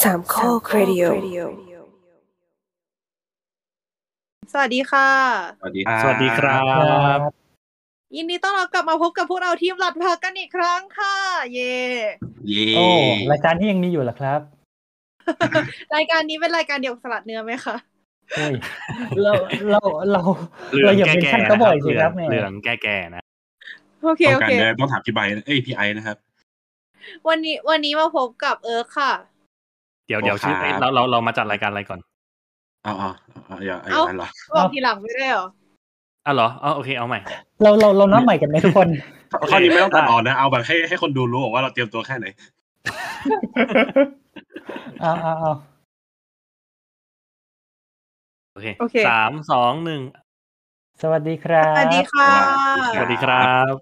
Talk Radio สวัสดีค่ะ สวัสดีครับ สวัสดีครับ ยินดีต้อนรับกลับมาพบกับพวกเราทีมหลัดพักกันอีกครั้งค่ะ เย่ เย้ โอ้รายการที่ยังมีอยู่เหรอครับ รายการนี้เป็นรายการเดี่ยวสลัดเนื้อไหมคะ เฮ้ยเราเราเราเราอย่าเป็นขั้นก็บ่อยสิครับแหม่ เหลืองแก่ๆนะ โอเค ต้โออง การ เค เดินต้องถามพี่ใบเอ้ยพี่ไอซ์นะครับ วันนี้วันนี้มาพบกับเอิร์กค่ะ เดี๋ยวเดี๋ยวชื่อ โอเค เอ้ยเราเราเรามาจัดรายการอะไรก่อน อ๋ออ๋ออ๋ออย่าไอ้ เอ้า นั่นเหรอ บอกทีหลังไม่ได้เหรอ อ่ะเหรออ๋อโอเคเอาใหม่ เราเราเรานับใหม่กันไหมทุกคน โอเค ข้อนี้ไม่ต้องตัดออกนะ เอาแบบให้ให้คนดูรู้ว่าเราเตรียมตัวแค่ไหน เอาเอาเอา โอเค โอเค สามสองหนึ่ง สวัสดีครับ สวัสดีค่ะ ส ส วั วั ส ส ดี ดี ค ค รั รับ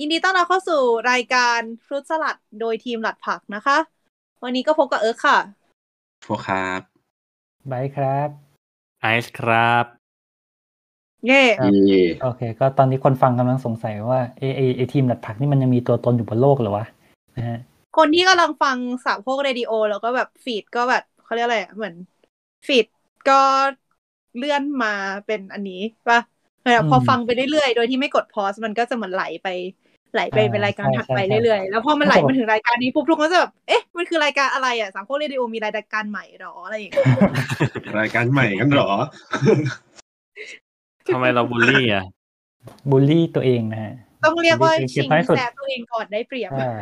ยินดีต้อนรับเข้าสู่รายการฟรุตสลัดโดยทีมหลัดผักนะคะ วันนี้ก็พบกับเอิร์กค่ะ พวกครับ บายครับ ไอซ์ครับ เย่ ครับ โอเค ก็ตอนนี้คนฟังกำลังสงสัยว่าเอไอไอทีมหลัดผักนี่มันยังมีตัวตนอยู่บนโลกเหรอวะนะฮะ คนที่กำลังฟังสามพวกเรดิโอ แล้วก็แบบฟีดก็แบบเขาเรียกอะไรอะเหมือนฟีดก็เลื่อนมาเป็นอันนี้ป่ะเออพอฟังไปเรื่อยๆ โดยที่ไม่กดพอสมันก็จะเหมือนไหลไป ไหลไปเป็นรายการถัดไปเรื่อยๆ แล้วพอมันไหลมาถึงรายการนี้ปุ๊บทุกคนก็จะแบบเอ๊ะมันคือรายการอะไรอ่ะสามพวกเรดิโอมีรายการใหม่หรออะไรอย่างเงี้ย รายการใหม่กันเหรอ ทำไมเราบูลลี่อ่ะ บูลลี่ตัวเองนะฮะ ต้องเรียกว่า เก็บ ชิง ไว้ให้สุด แซบตัวเองก่อนได้เปรียบ ใช่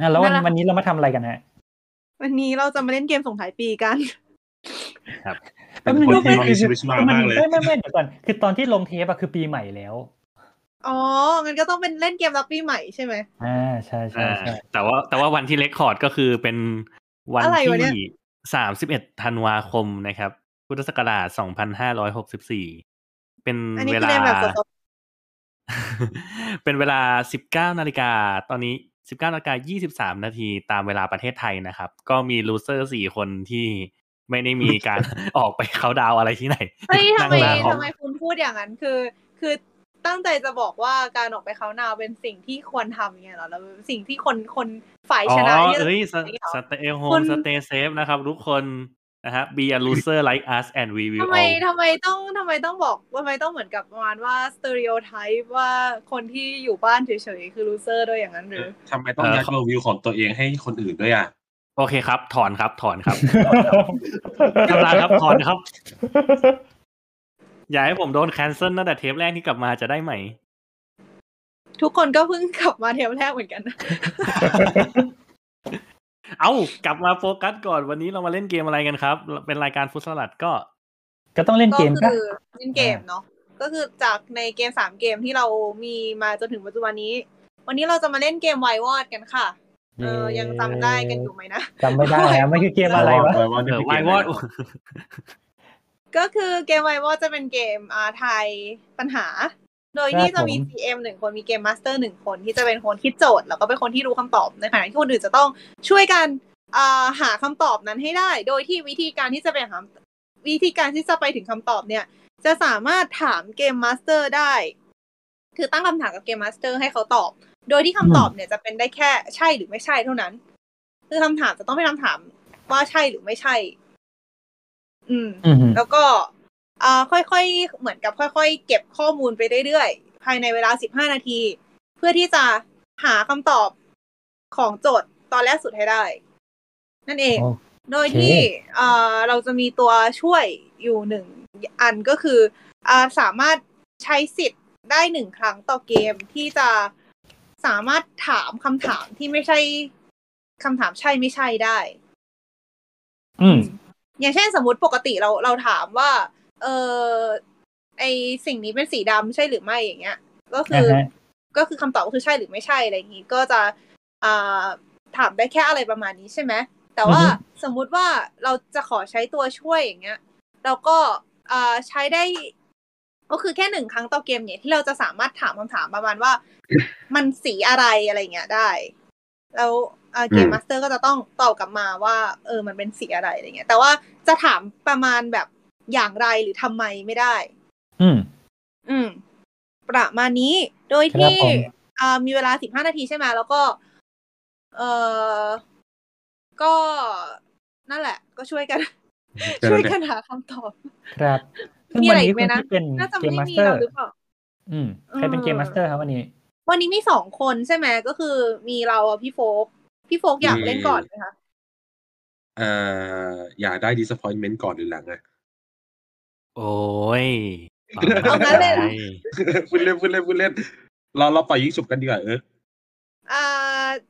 อ่ะแล้ววัน นั่นแหละ วันนี้เรามาทำอะไรกันฮะ วันนี้เราจะมาเล่นเกมส่งท้ายปีกัน เป็นคนที่มีชีวิตชีวามากเลย ไม่ไม่ไม่เดี๋ยวก่อนคือตอนที่ลงเทปอะคือปีใหม่แล้ว อ๋องั้นก็ต้องเป็นเล่นเกมรับปีใหม่ใช่ไหม อ่าใช่ใช่ อ่า ใช่ แต่ว่าแต่ว่าวันที่เลคคอร์ดก็คือเป็นวัน อะไรวะเนี่ยที่สามสิบเอ็ดธันวาคมนะครับ พุทธศักราชสองพันห้าร้อยหกสิบสี่เป็น อันนี้คือเวลา เล่นแบบสด เป็นเวลา 19 นาฬิกา ตอนนี้ 19 นาฬิกา 23 นาที ตามเวลาประเทศไทยนะครับ ก็มีลูเซอร์สี่คนที่ไม่ได้มีการ ออกไปเขาน์ดาวน์อะไรที่ไหน เฮ้ย ทำไม นั่งหน้าคอม ทำไมคุณพูดอย่างนั้นคือ คือตั้งใจจะบอกว่าการออกไปเขาน์ดาวน์เป็นสิ่งที่ควรทำอย่างเงี้ยเหรอแล้วสิ่งที่คนคนฝ่าย อ๋ ชนะ อ ที่จะ เอ้ยสสเตย์โฮ คุ ม ณ สเตย์เซฟนะครับ ทุกคนนะฮะ be a loser like us and we will ทำไม all ทำไมต้องทำไมต้องบอกทำไมต้องเหมือนกับประมาณว่าสเตอริโอไทป์ว่าคนที่อยู่บ้านเฉยๆคือลูเซอร์ด้วยอย่างนั้นหรือ ทำไมต้องยัดเวอร์วิวของตัวเองให้คนอื่นด้วยอ่ะ โอเคครับ ถอนครับ ถอนครับกำลั งครับ ถอน ครับ อย่าให้ผมโดนแคนเซิลตั้งแต่เทปแรกที่กลับมาจะได้ไหม ทุกคนก็เพิ่งกลับมาเทปแรกเหมือนกันนะ เอากลับมาโฟกัสก่อนวันนี้เรามาเล่นเกมอะไรกันครับ เป็นรายการฟุตสลัดก็ ก็ต้องเล่น ก็ เกม คื ปะ อเล่นเกมเนาะก็คือจากในเกมสามเกมที่เรามีมาจนถึงปัจจุบันนี้ วันนี้เราจะมาเล่นเกมไววอดกันค่ะเออยังจำได้กันอยู่ไหมนะ จำไม่ได้อะมันคือเกมอะไรวะ เออไววอด ก็คือเกมไววอลจะเป็นเกมอ่าทายปัญหา โดย ครับ ที่จะมี ผม GM หนึ่งคนมีเกมมาสเตอร์หนึ่งคนที่จะเป็นคนคิดโจทย์แล้วก็เป็นคนที่รู้คำตอบในขณะที่คนอื่นจะต้องช่วยกันอ่าหาคำตอบนั้นให้ได้ โดยที่วิธีการที่จะไปหาวิธีการที่จะไปถึงคำตอบเนี่ย จะสามารถถามเกมมาสเตอร์ได้ คือตั้งคำถามกับเกมมาสเตอร์ให้เขาตอบ โดยที่คำตอบเนี่ยจะเป็นได้แค่ใช่หรือไม่ใช่เท่านั้น คือคำถามจะต้องเป็นคำถามว่าใช่หรือไม่ใช่ อืม อือหือ แล้วก็เอ่อค่อยๆ เหมือนกับค่อยๆ เก็บข้อมูลไปเรื่อยๆ ภายในเวลา 15 นาที เพื่อที่จะหาคำตอบของโจทย์ตอนแรกสุดให้ได้ นั่นเอง โอ้ โดยที่ โอเค เอ่อเราจะมีตัวช่วยอยู่หนึ่งอันก็คือเอ่อสามารถใช้สิทธิ์ได้หนึ่งครั้งต่อเกมที่จะสามารถถามคำถามที่ไม่ใช่คำถามใช่ไม่ใช่ได้ อืม อย่างเช่นสมมติปกติเราเราถามว่า เออไอสิ่งนี้เป็นสีดำใช่หรือไม่อย่างเงี้ย ก็คืออ อฮะ ก็คือคำตอบก็คือใช่หรือไม่ใช่อะไรอย่างงี้ ก็จะอ่าถามได้แค่อะไรประมาณนี้ใช่ไหมแต่ว่าสมมุติว่าเราจะขอใช้ตัวช่วยอย่างเงี้ย แล้วก็อ่าใช้ได้ ก็คือแค่หนึ่งครั้งต่อเกมเนี่ยที่เราจะสามารถถามคำถามประมาณ ว่า มันสีอะไรอะไรอย่างเงี้ยได้ แล้วเอ่อเกม อืม มาสเตอร์ก็จะต้องตอบกลับมาว่า เออ มันเป็นสีอะไรอะไรเงี้ย แต่ว่าจะถามประมาณแบบอย่างไรหรือทำไมไม่ได้ อืม อืม ประมาณนี้ โดย ครั ที่ บผม เอ่อมีเวลาสิบห้านาทีใช่ไหมแล้วก็ เอ่อ ก็นั่นแหละ ก็ช่วยกัน เจอ ช่วย เนี่ กั ย นหาคำตอบ ครับซึ่ง มี วั อะไร นี้ อีก ค ไหม น นะ ที่เป็น น่าจะ เกม ไม่ มาส มี เตอ เรา ร์ หรือเปล่า อืมใครเป็นเกมมาสเตอร์ครับวันนี้ วันนี้มีสองคนใช่ไหมก็คือมีเราอะพี่โฟกพี่โฟกอยากเล่นก่อนไหมคะ เอ่ออยากได้ disappointment ก่อนหรือหลังอะ โอ้ย เอางั้นเลยเหรอ ไป พูดเล่นพูดเล่นพูดเล่น เราเราปล่อยยิงฉุบกันดีกว่าเออ อ่า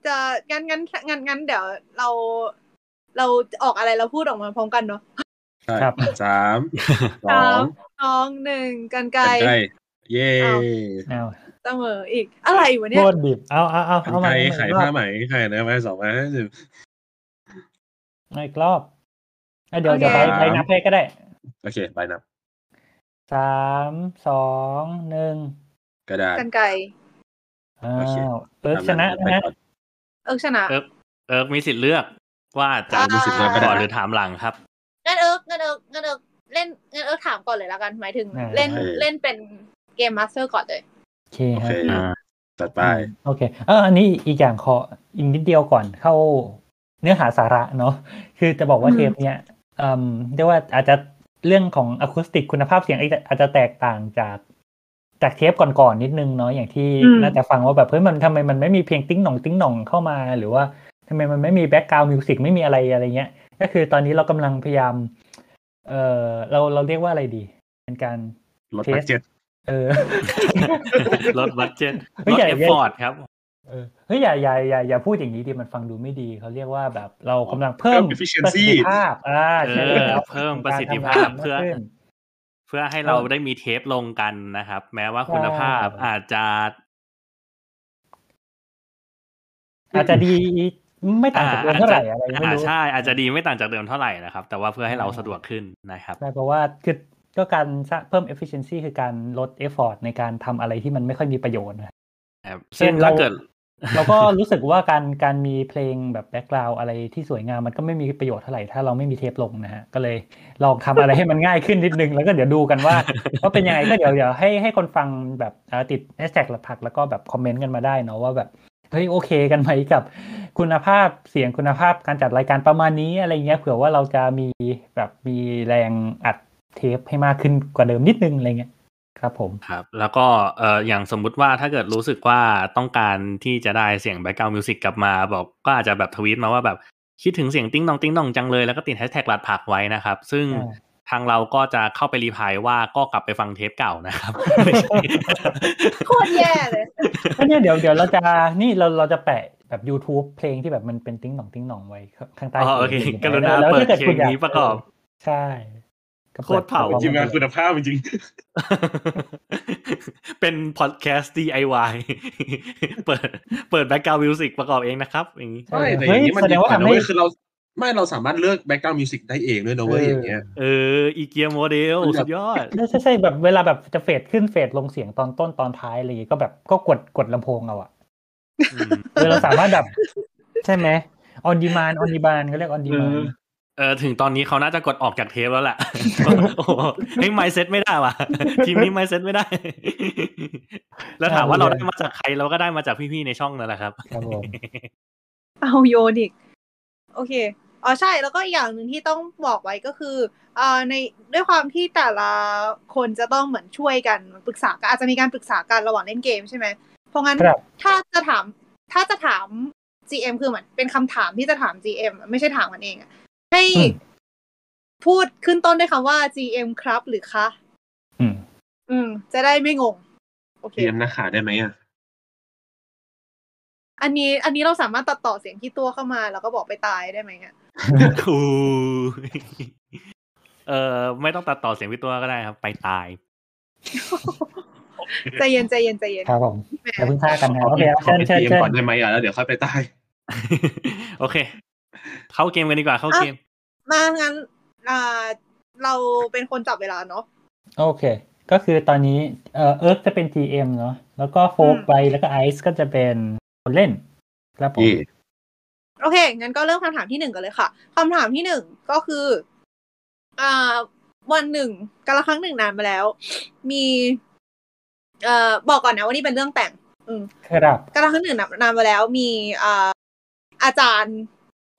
จะงั้นงั้นงั้นงั้นเดี๋ยวเรา เราออกอะไรเราพูดออกมาพร้อมกันเนาะ ใช่ ครับ สามส สา อ ม ง น้องหนึ่งกันไกล กันไกลเย่ เอา เอาว เสมออีก อะไรวะ โค เนี่ย ตรดิบเอาเอาเอา กัน เอา ไก มา ล อี ขาย กรอ ผ้า บ ไหมขายนะไม้สองไม้ห้าสิบ เอาอีกรอบเอาเดี๋ยวเดี๋ยว โอเคไปไปนับให้ก็ได้ โอเค ไปนับ สามสองหนึ่ง กระดาษ กันไกล อ้า โอเค วเอิร์กชนะ ไป นะ ก่อน เออชนะ เอิร์กมีสิทธิ์เลือกว่าจะ มีสิทธิ์เลือกก็ได้ ก่อนหรือถามหลังครับ งั้นเอิร์กงั้นเอิร์กงั้นเอิร์กเล่นงั้นเอิร์กถามก่อนเลยละกัน หมายถึง า เล่น โอเค เล่นเป็นเกมมาสเตอร์ก่อนเลย โอเค โอ ครั เค บ อ่า จัดไป อืมโอเคเอออันนี้อีกอย่างขออีกนิดเดียวก่อนเข้าเนื้อหาสาระเนาะคือจะบอกว่า อืม เทปเนี้ยเอ่อเรียกว่าอาจจะเรื่องของอะคูสติกคุณภาพเสียงอาจจะอาจจะแตกต่างจากจากเทปก่อนๆนิดนึงเนาะอย่างที่น่าจะฟังว่าแบบเฮ้ยมันทำไมมันไม่มีเพลงติ้งหน่องติ้งหน่องเข้ามาหรือว่าทำไมมันไม่มีแบ็กกราว n d มิวสิกไม่มีอะไรอะไรเงี้ย ก็คือตอนนี้เรากำลังพยายามเออเราเราเรียกว่าอะไรดี เป็นการ รถบัดเจ็ต เออ รถบัตเจน เฮ้ ร ย ถ อย่า เอฟ อย่า ฟอร์ดครับ เออเฮ้ยอย่าอย่าอย่าอย่าพูดอย่างนี้ดิมันฟังดูไม่ดีเขาเรียกว่าแบบเรากำลัง เพิ่ เพิ่ ม ม efficiency ประสิทธิภาพอ่าใช่ เออ แล้ว เพิ่มประสิทธิภาพเพื่อ การทำงานมากขึ้น เพื่อให้เราได้มีเทปลงกันนะครับ แม้ว่าคุณภาพ ใช่ อาจจะ อาจจะดีไม่ต่างจากเดิมเท่าไหร่อะไรไม่ อ่า รู้ ใช่อาจจะดีไม่ต่างจากเดิมเท่าไหร่นะครับ แต่ว่าเพื่อให้เราสะดวกขึ้นนะครับ ใช่เพราะว่าคือก็การสร้างเพิ่ม efficiency คือการลด effort ในการทำอะไรที่มันไม่ค่อยมีประโยชน์นะ ครับ เช่ ซึ่ น ง เรา ถ้าเกิด เราก็รู้สึกว่าการการมีเพลงแบบแบ็กกราวอะไรที่สวยงามมันก็ไม่มีประโยชน์เท่าไหร่ถ้าเราไม่มีเทปลงนะฮะก็เลยลองทำอะไรให้มันง่ายขึ้นนิดนึง แล้วก็เดี๋ยวดูกันว่าว่าเป็นยังไงก็เดี๋ยวเดี๋ยวให้ให้คนฟังแบบเอ่อติดแฮชแท็กหลักผักแล้วก็แบบคอมเมนต์กันมาได้เนาะว่าแบบเฮ้ยโอเคกันไหมกับ คุณภาพเสียงคุณภาพการจัดรายการประมาณนี้อะไรเงี้ยเผื่อว่าเราจะมีแบบมีแรงอัดเทปให้มากขึ้นกว่าเดิมนิดนึงอะไรเงี้ยครับผม ครับแล้วก็เอ่ออย่างสมมุติว่าถ้าเกิดรู้สึกว่าต้องการที่จะได้เสียงแบ็กกราวด์มิวสิกกลับมา บอกก็อาจจะแบบทวีตมาว่าแบบคิดถึงเสียงติ้งนองติ้งนองจังเลยแล้วก็ติดแฮชแท็กหลัดผักไว้นะครับ ซึ่ง อ่า ทางเราก็จะเข้าไปรีพลายว่าก็กลับไปฟังเทปเก่า นะครับ ไม่ใช่ โคตรแย่เลย ก็เนี่ยเดี๋ยวเดี๋ยวเราจะนี่เราเราจะแปะแบบ YouTube เพลงที่แบบมันเป็นติ้งหน่องติ้งหน่องไว้ข้างข้างใต้ อ๋อโอเค พกลงรุณา แล้ว เปิด ถ้กิคุณ เพลงนี้ประกอบ เใช่ก็ปิด โคตรเผา ประกอบ ทีมงานคุณภาพจริง เป็นพอดแคสต์ DIY เปิดเปิดแบ็กกราวด์มิวสิกประกอบเองนะครับอย่างนี้ ๆไม่แต่อ เฮ้ ย่าย งนี้มัน แสด ดี ง ก ว่า ว่า ทำ นะ ให้ เว้ยคือเราไม่เราสามารถเลือก background music ได้เองด้วยนะเว้ย เออออ ย่างเงี้ย เอออีเกียโมเดลสุดยอด ใช่ใช่แบบเวลาแบบจะเฟดขึ้นเฟดลงเสียงตอนต้นตอนท้ายอะไรอย่างงี้ก็แบบก็กดกดลำโพงเอาอะเออเราสามารถแบบ ใช่ไหมออนดีมานออนดีมานก็เรียกออนดีมาน เออ เออถึงตอนนี้เขาน่าจะกดออกจากเทป แล้วแหละ โอ้โหเฮ้ยไมเซ็ตไม่ได้ว่ะ ทีมนี้ไมเซ็ตไม่ได้ แล้วถามว่าเราได้มาจากใครเราก็ได้มาจากพี่ๆในช่องนั่นแหละครับ ครับผม เอาโยนอีกโอเคอ๋อใช่แล้วก็อีกอย่างหนึ่งที่ต้องบอกไว้ก็คือเอ่อในด้วยความที่แต่ละคนจะต้องเหมือนช่วยกันปรึกษากันอาจจะมีการปรึกษากันระหว่างเล่นเกมใช่ไหมเพราะงั้น ครับ ถ้าจะถามถ้าจะถาม GM คือเหมือนเป็นคำถามที่จะถาม GM อะไม่ใช่ถามมันเองอะให้ อืม พูดขึ้นต้นด้วยคำว่า GM ครับหรือคะ อืม อืม จะได้ไม่งง โอเค เตรียมนะขาได้ไหมอ่ะ อันนี้ อันนี้เราสามารถตัดต่อเสียงที่ตัวเข้ามา แล้วก็บอกไปตายได้ไหมอะ อู เออไม่ต้องตัดต่อเสียงพี่ตัวก็ได้ครับ ไปตาย ใจเย็นใจเย็นใจเย็น ครับผม แหม อย่าเพิ่งฆ่ากันนะโอเคครับ ขอไปเชิญเชิญ เตรียม เชิญ ก่อนได้ไหมอ่ะแล้วเดี๋ยวค่อยไปใต้ โอเค เข้าเกมกันดีกว่าเข้าเกม มางั้นอ่าเราเป็นคนจับเวลาเนาะ โอเค ก็คือตอนนี้เออเอิร์กจะเป็น GM เนาะแล้วก็โฟก อืม ไปแล้วก็ไอซ์ก็จะเป็นคนเล่นครับผม นี่ โอเค งั้นก็เริ่มคำถามที่หนึ่งกันเลยค่ะคำถามที่หนึ่งก็คืออ่าวันหนึ่งกาละครั้งหนึ่งนานมาแล้ว มีเอ่อบอกก่อนนะว่านี่เป็นเรื่องแต่ง ครับ กาละครั้งหนึ่งนานมาแล้ว มีอ่าอาจารย์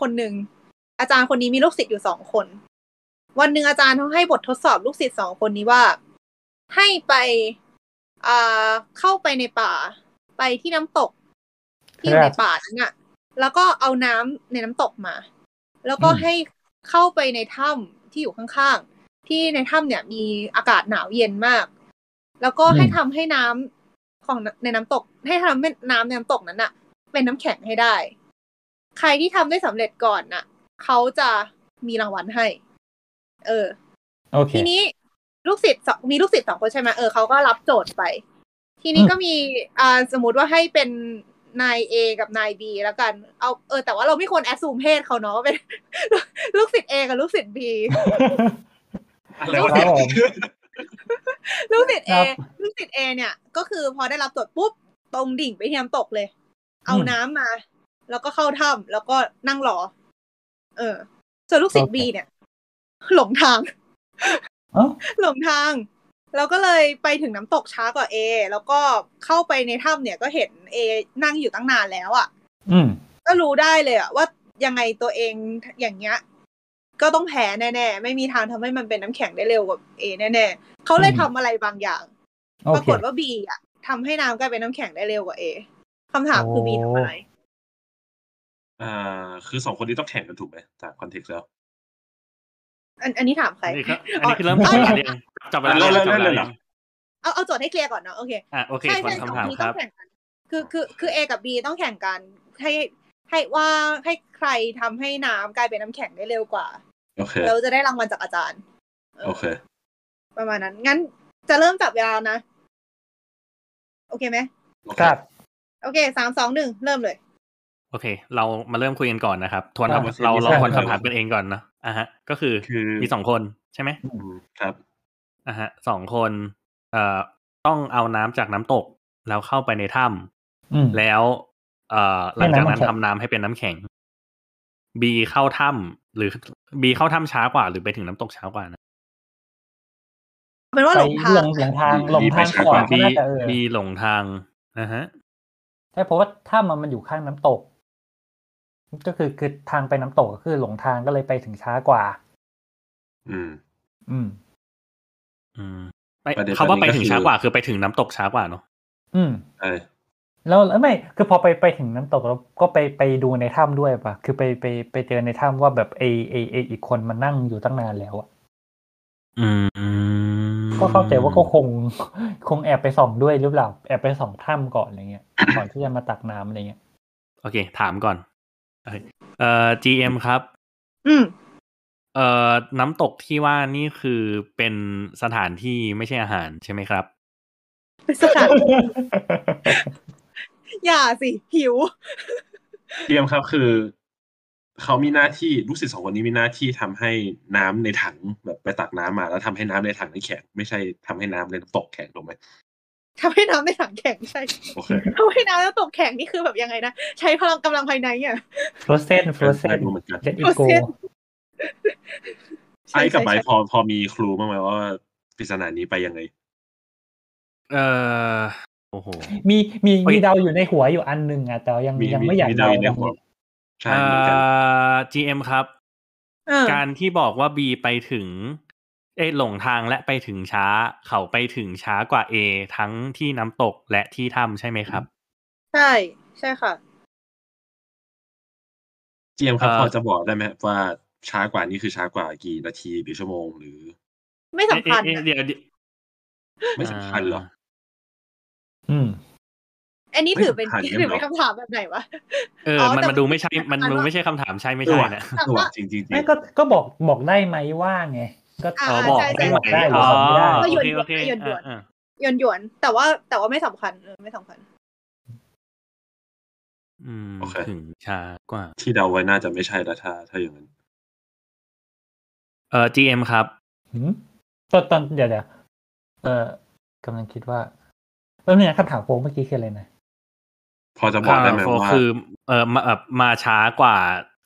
คนหนึ่ง อาจารย์คนนี้มีลูกศิษย์อยู่สองคน วันหนึ่งอาจารย์เขาให้บททดสอบลูกศิษย์สองคนนี้ว่า ให้ไปอ่าเข้าไปในป่า ไปที่น้ำตก ที่อยู่ในป่านั้นอะแล้วก็เอาน้ำในน้ำตกมา แล้วก็ อืม ให้เข้าไปในถ้ำที่อยู่ข้างๆ ที่ในถ้ำเนี่ยมีอากาศหนาวเย็นมาก แล้วก็ให้ทำให้น้ำของในน้ำตก ให้ทำให้น้ำในน้ำตกนั้นอะเป็นน้ำแข็งให้ได้ ใครที่ทำได้สำเร็จก่อนน่ะ เขาจะมีรางวัลให้ เออ โอเค ทีนี้ลูกศิษย์สองมีลูกศิษย์สองคนใช่ไหมเออเขาก็รับโจทย์ไป ทีนี้ อืม ก็มีอ่าสมมติว่าให้เป็นนายเอกับนายบีแล้วกัน เอาเออแต่ว่าเราไม่ควรแอดซูมเพศเขาเนาะว่าเป็น ลูกศิษย์เอกับลูกศิษย์บี อะไรวะเนี่ย ลูกศิษย์เอ ครับ ลูกศิษย์เอเนี่ย ก็คือพอได้รับโจทย์ปุ๊บตรงดิ่งไปที่น้ำตกเลย เอาน้ำมา แล้วก็เข้าถ้ำแล้วก็นั่งรอ เออ ส่วนลูกศิษย์บีเนี่ย หลงทาง เอ้า หลงทางเราก็เลยไปถึงน้ำตกช้ากว่าเอแล้วก็เข้าไปในถ้ำเนี่ยก็เห็นเอนั่งอยู่ตั้งนานแล้วอะ่ะ อืม ก็รู้ได้เลยอะว่ายังไงตัวเองอย่างเงี้ย ก็ต้องแพ้แน่ๆ ไม่มีทางทำให้มันเป็นน้ำแข็งได้เร็วกว่าเอแน่ๆเขาเลย อืม ทำอะไรบางอย่าง โอ ปรา เค กฏว่าบีอ่ะทำให้น้ำกลายเป็นน้ำแข็งได้เร็วกว่าเอคำถามคือ โอ้ บีทำอะไร อ่าคือสองคนนี้ต้องแข่งกันถูกไหมจากคอนเทกต์แล้ว อันอันนี้ถามใคร อันนี้ก็อันนี้คือเริ่มจับเวลาเรียงจับเวลา เริ่มเริ่ม จับเริ่เวลาม เลยเหรอเรียง เอาเอาโจทย์ให้เคลียร์ก่อนเนาะโอเค อ่ะโอเค ใช่ คน ใช่สอง คำถาม ทีม ค ต้ รั อบ งแข่งกันคือคือคือ A กับ B ต้องแข่งกัน ให้ให้ว่าให้ใครทำให้น้ำกลายเป็นน้ำแข็งได้เร็วกว่า โอเค เราจะได้รางวัลจากอาจารย์เออ โอเค ประมาณนั้น งั้นจะเริ่มจับเวลานะ โอเคไหม โอเค ครับ โอเคสามสองหนึ่งเริ่มเลย โอเค เรามาเริ่มคุยกันก่อนนะครับ ทวน อ่ะ คำเราเรา ใช่ ทวนคำถามกันเองก่อนเนาะอ่ะฮะ ก็คือ คือ มีสองคนใช่ไหม อืมครับ อ่ะฮะสองคนเอ่อต้องเอาน้ำจากน้ำตก แล้วเข้าไปในถ้ อืม ำแล้ว เอ่อหลังจากนั้นทำน้ำให้เป็นน้ำแข็งบีเข้าถ้ำหรือบีเข้าถ้ำช้ากว่า หรือไปถึงน้ำตกช้ากว่านะ เป็นว่า ไป หลงทาง หลงหลงทางหลงทาง ดีไปช้ ก่ ก อน ว่า ก็ บี น่าจะเออ บีหลงทางนะฮะ ใช่เพราะว่าถ้ามันมันอยู่ข้างน้ำตก ก็คือคือทางไปน้ำตกก็คือหลงทางก็เลยไปถึงช้ากว่า อืม อืม อืมไป ประเด็น เขาว่าไป ตอนนี้ก็ ถึง คือ ช้ากว่าคือไปถึงน้ำตกช้ากว่าเนาะ อืม ใช่ แล้วแล้วไม่คือพอไปไปถึงน้ำตกแล้วก็ไปไปดูในถ้ำด้วยป่ะ คือไปไปไปเจอในถ้ำว่าแบบไอไอไออีกคนมันนั่งอยู่ตั้งนานแล้วอะ อืม ก็เข้าใจว่าก็คง คงแอบไปส่องด้วยหรือเปล่าแอบไปส่องถ้ำก่อนอะไรเงี้ย ก่อนที่จะมาตักน้ำอะไรเงี้ย โอเค ถามก่อนโอเคเอ่อ GM ครับ อืม เอ่อน้ำตกที่ว่านี่คือเป็นสถานที่ไม่ใช่อาหารใช่ไหมครับ เป็นสถานอย่าสิหิว เตรียมครับคือ เขามีหน้าที่ลูกศิษย์สองคนนี้มีหน้าที่ทำให้น้ำในถังแบบไปตักน้ำมาแล้วทำให้น้ำในถังนั้นแข็งไม่ใช่ทำให้น้ำในน้ำตกแข็งถูกไหม ทำให้น้ำในถังแข็งใช่ โอเค ทำให้น้ำแล้วตกแข็งนี่คือแบบยังไงนะ ใช้พลังกำลังภายในอ่ะ ฟรอเซนฟรอเซน ดูเหมือนกัน เลตอีโก Frozen ไอ้กับ ใช่ ไบร์ท ใช่ พอพอมีครูบ้างไหมว่าปริศนานี้ไปยังไง เอ่อโอ้โห มีมี โอ้ย มีเดาอยู่ในหัวอยู่อันหนึ่งอะแต่ว่ายัง มี ยัง มี ไม่อยาก มี เดา เดาอยู่ในหัวใช่ เอ่ เหมือนกัน อ GM ครับ เออ การที่บอกว่า B ไปถึง เอยหลงทางและไปถึงช้า เขาไปถึงช้ากว่า A ทั้งที่น้ำตกและที่ถ้ำใช่ไหมครับ ใช่ ใช่ค่ะ เจียมครับ เอ่อ พอจะบอกได้ไหมครับว่าช้ากว่านี่คือช้ากว่ากี่นาทีหรือชั่วโมงหรือ ไม่สำคัญ เอ๊ะอะเอ๊ะเดี๋ยวเดี๋ยว ไม่สำคัญเหรอ อืม อันนี้ถือเป็น ไม่สำคัญ ถือเป็น เหรอ คำถามแบบไหนวะ เออ อ๋อ มัน แต่ มันดูไม่ใช่ มัน มันดู ว่า ไม่ใช่คำถามใช่ไม่ใช่นะ เออว่ะจริงๆจริงๆ ไม่ก็ก็บอกบอกได้ไหมว่าไงก็ อ่า อ๋อ ใช่ บอก ใช่ ได้ ใช่ ไหม ได้หรื อ๋ อ อ บอกไม่ได้ โอเคโอเค หยวนๆหยวนๆ อ่า หยวนหยวนๆแต่ว่าแต่ว่าไม่สำคัญเออไม่สำคัญ ๆอืมถึงช้ากว่า ที่เดาไว้น่าจะไม่ใช่ละถ้าถ้าอย่างนั้น เออ GM ครับ หืมตอนตอนเดี๋ยวเดี๋ยวเออกำลังคิดว่าแล้วเนี่ยคำถามโฟงเมื่อกี้คืออะไรนะ พอจะบอกได้ไหม อ่า for ว่า คือเออมาเอ่อมาช้ากว่า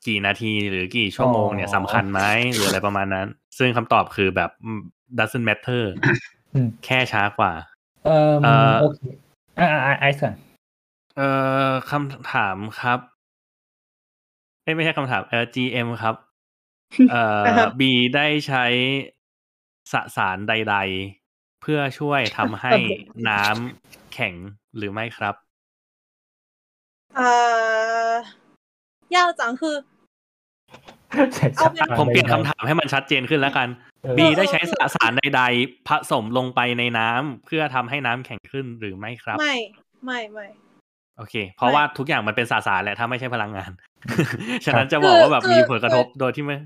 กี่นาทีหรือกี่ชั่วโมงเนี่ย อ๋อ สำคัญไหมหรืออะไรประมาณนั้น ซึ่งคำตอบคือแบบ doesn't matter แค่ช้ากว่า เออ เอ่อ โอเคอ่าอ่าไอซ์ก่อน เออคำถามครับเอ้ยไม่ใช่คำถามเออ GM ครับ เอ่อบีได้ใช้สสารใด ๆ เพื่อช่วยทำให้น้ำแข็งหรือไม่ครับ เอ่อยากจังคือ ใส่ เอาเป็น สัตว์ ผมเปลี่ยน ใดๆ คำถามให้มันชัดเจนขึ้นแล้วกัน เออ บีได้ใช้สสารใด ๆ ผสมลงไปในน้ำเพื่อทำให้น้ำแข็งขึ้นหรือไม่ครับ ไม่ไม่ไม่ โอเค เพราะว่าทุกอย่างมันเป็นสสารแหละถ้าไม่ใช่พลังงาน ฉะนั้นจะบอกว่าแบบ คือ มีผลกระทบ คือ โดยที่ไม่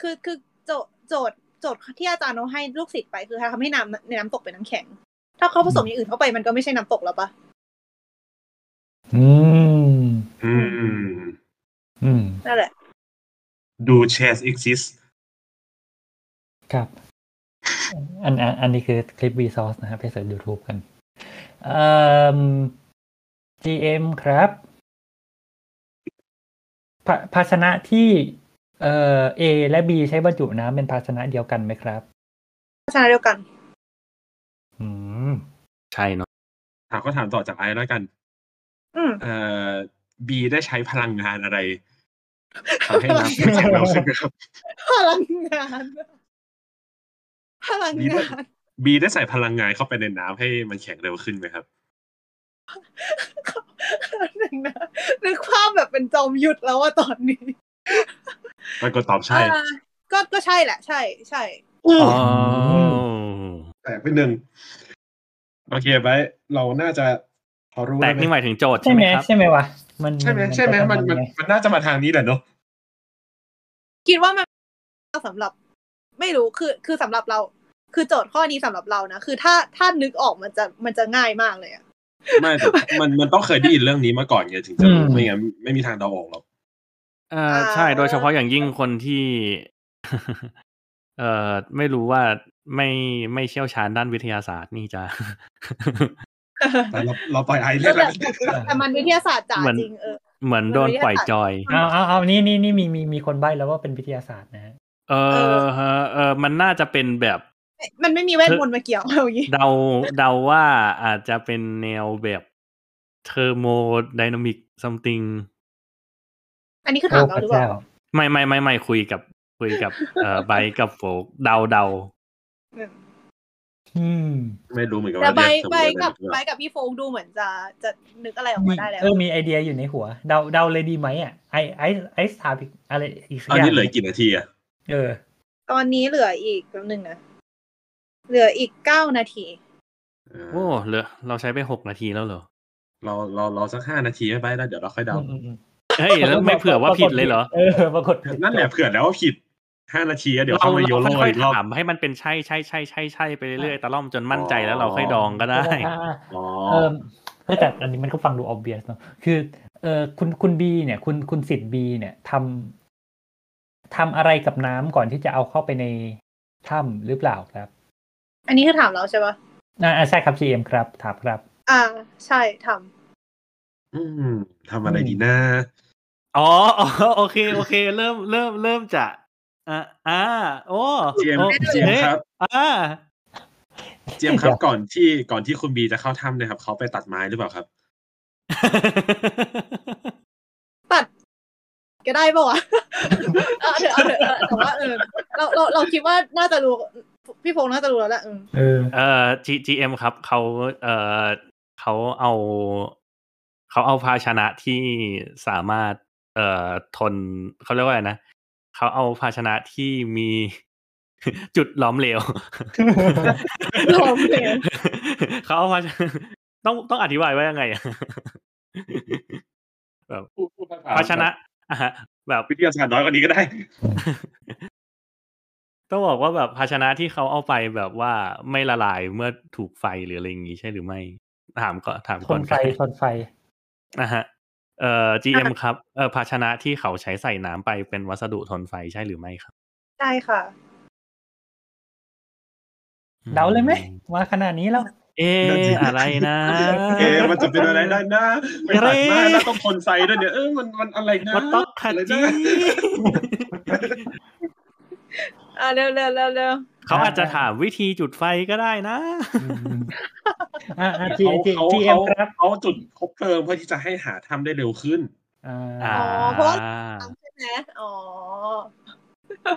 คือคือโจทย์โจทย์โจทย์ที่อาจารย์เอาให้ลูกศิษย์ไปคือทำให้น้ำในน้ำตกเป็นน้ำแข็ง ถ้าเขาผสมอย่างอื่นเข้าไปมันก็ไม่ใช่น้ำตกแล้วปะ อืม อืม อืม นั่นแหละ do chance exist ครับ อันอันอันนี้คือคลิป Vsauce นะครับไปเสิร์ช YouTube กันเอ่อ GM ครับภาภาชนะที่ เอ่อ A และ B ใช้บรรจุน้ำเป็นภาชนะเดียวกันไหมครับ ลักษณะเดียวกัน อืม ใช่เนาะ ถามก็ถามต่อจากไอ้แล้วกัน อืม เอ่อบีได้ใช้พลังงานอะไรทำให้น้ำแข็งเร็วขึ้นครับ พลังงานพลังงาน บีได้ใส่พลังงานเข้าไปในน้ำให้มันแข็งเร็วขึ้นไหมครับ หนึ่งนะนึกภาพ แบบเป็นจอมยุทธแล้วว่าตอนนี้ มันก็ตอบใช่ อ่าก็ก็ใช่แหละ ใช่ ใช่ อ๋อ แตกไปหนึ่งโอเคไว้เราน่าจะพอรู้ แต ล้ ก ว นี่หมายถึงโจทย์ ใช่ ใช่ ไห ไหมมครับ ใช่ไหมวะ มัน ใช่ไหมใช่ไหมมันมันมันน่าจะมาทางนี้แหละเนาะ คิดว่ามันสำหรับ ไม่รู้คือคือสำหรับเรา คือโจทย์ข้อนี้สำหรับเรานะคือถ้าถ้านึกออกมันจะมันจะง่ายมากเลยอะ ไม่แต่มันมันต้องเคยได้ยินเรื่องนี้มาก่อนไงถึงจะรู้ไม่งั้นไม่มีทางเดาออกหรอก เออใช่ โดยเฉพาะอย่างยิ่งคนที่ เอ่อไม่รู้ว่าไม่ไม่เชี่ยวชาญด้านวิทยาศาสตร์นี่จะ แต่เราเราปล่อยไอ แต่ เล่น แบบ แล้ว แต่มันวิทยาศาสตร์จ๋า เหมือน จริงเออ เหมือนโดนปล่อยจอย เอาเอาเอานี่นี่นี่มีมีมีคนใบ้แล้วว่าเป็นวิทยาศาสตร์นะฮะ เออฮะเออมันน่าจะเป็นแบบ มันไม่มีเวทมนต์มาเกี่ยวเอาอย่างนี้ เดาเดาว่าอาจจะเป็นแนวแบบเทอร์โมไดนามิก something อันนี้คือ โอ้ ถามเรา พระ หรือเปล่า เจ้า ไม่ไม่ไม่ไม่คุยกับคุยกับเอ่อ ไบร์ทกับโฟกเดาเดา อืม ไม่รู้เหมือนกัน แต่ ว่า ใบ เรียก ใบกับ สมมุติ ใบ ว่า กับพี่โฟงดูเหมือนจะจะนึกอะไรออกมาได้แล้ว เออมีไอเดียอยู่ในหัว เดาเดาเลยดีไหมอ่ะไอไอไอสถามอีกอะไรอีกสัก ตอน อย่าง นี้เหลือกี่นาทีอะ เออ ตอนนี้เหลืออีกแป๊บนึงนะเหลืออีกเก้านาที เออ โอ้เหลือเราใช้ไปหกนาทีแล้วเหรอ เราเราเราสักห้านาทีไว้ไปแล้วเดี๋ยวเราค่อยเดา อืมอืม เฮ้ยแล้วไม่เผื่อว่าผิดเลยเหรอ เออ ปรากฏผิด นั่นแหละเผื่อแล้วว่าผิดห้านาทีอะเดี๋ยว เรา เข้ามาโย เรา โร่ ค่อย อีกรอบ ๆถามให้มันเป็นใช่ใช่ใช่ใช่ใช่ไปเรื่อยๆตะล่อมจนมั่นใจแล้วเราค่อยดองก็ได้ อ่า อ๋อ เออเฮ้ยแต่อันนี้มันก็ฟังดู obvious เนอะคือเออคุณคุณบีเนี่ย คุณคุณสิทธิ์บีเนี่ยทำทำอะไรกับน้ำก่อนที่จะเอาเข้าไปในถ้ำหรือเปล่าครับ อันนี้คือถามเราใช่ปะ อ่าอ่าใช่ครับ GM ครับถามครับ อ่า ใช่ทำ อืมทำอะไรดีนะ อ๋ออ๋อ โอเคโอเค เริ่มเริ่มเริ่มจะอ่าอ่าโอ้ เจมส์ โอ้ เจมส์ครับ อ่า เจมส์ครับก่อนที่ก่อนที่คุณบีจะเข้าถ้ำเนี่ยครับ เขาไปตัดไม้หรือเปล่าครับ ตัดก็ได้ป่าวะ เอาเถอะเอาเถอะเอาเถอะแต่ว่าเออเราเราเราคิดว่าน่าจะรู้พี่พงษ์น่าจะรู้แล้วแหละอืม เออ เอ่อ G G M ครับเขาเอ่อเขาเอา เขาเอาภาชนะที่สามารถ เอ่อทนเขาเรียกว่าอะไรนะเขาเอาภาชนะที่มี จุดหล้อมเหลว หลอมเหลว เขาเอาภาชนะต้องต้องอธิบายว่ายังไงอะ แบบภาชนะอ่ะฮะแบบ วิทยาศาสตร์น้อยกว่านี้ก็ได้ ต้องบอกว่าแบบภาชนะที่เขาเอาไปแบบว่าไม่ละลายเมื่อถูกไฟหรืออะไรอย่างนี้ใช่หรือไม่ ถามก่อนถาม ท ก่อน น ไฟ ก็ ทนไฟ นะฮะเอ่อ GM ครับเอ่อภาชนะที่เขาใช้ใส่น้ำไปเป็นวัสดุทนไฟใช่หรือไม่ครับ ใช่ค่ะ เดาเลยไหมมาขนาดนี้แล้ว เอ๊ะ นั่นสิ อะไรนะ เอะมันจะเป็นอะไรได้นะไปตัดไม้แล้วต้องทนไซด์ด้วยเนี่ยเออมันมันอะไรนะ มันต้องขัดจี อะไรนะ อ่าเร็วเร็วเร็วเร็ว เขาอาจจะถามวิธีจุดไฟก็ได้นะ อ่าอ่า G เขา G เขา G เขา M ครับ เขาจุดคบเพลิงเพื่อที่จะให้หาถ้ำได้เร็วขึ้น อ่า อ่า เพราะว่า ใช่ไหมอ๋อ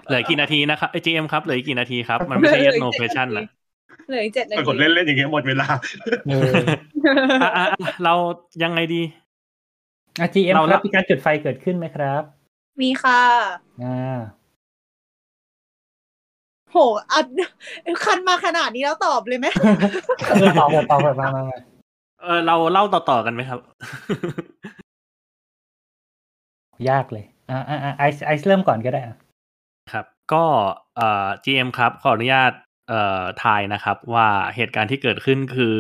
เหลือกี่นาทีนะครับจีเอ็มครับเหลืออีกกี่นาทีครับ มันไม่ใช่ yes no question ละ เหลืออีกเจ็ดนา ปรา ที กฏเล่นเล่นอย่างเงี้ยหมดเวลา เออ อ่ะอ่ะอ่ะเรายังไงดี อาจีเอ็ม เรา ค ละ รับมีการจุดไฟเกิดขึ้นไหมครับ มีค่ะ อ่า โหอัดคันมาขนาดนี้แล้วตอบเลยไหม เออตอบตอบแบบมามามา เออเราเล่าต่อๆกันไหมครับ ยากเลยอ่าอ่าอ่าไอซ์ไอซ์เริ่มก่อนก็ได้อ่ะ ครับก็เอ่อ GM ครับขออนุญาตเอ่อทายนะครับว่าเหตุการณ์ที่เกิดขึ้นคือ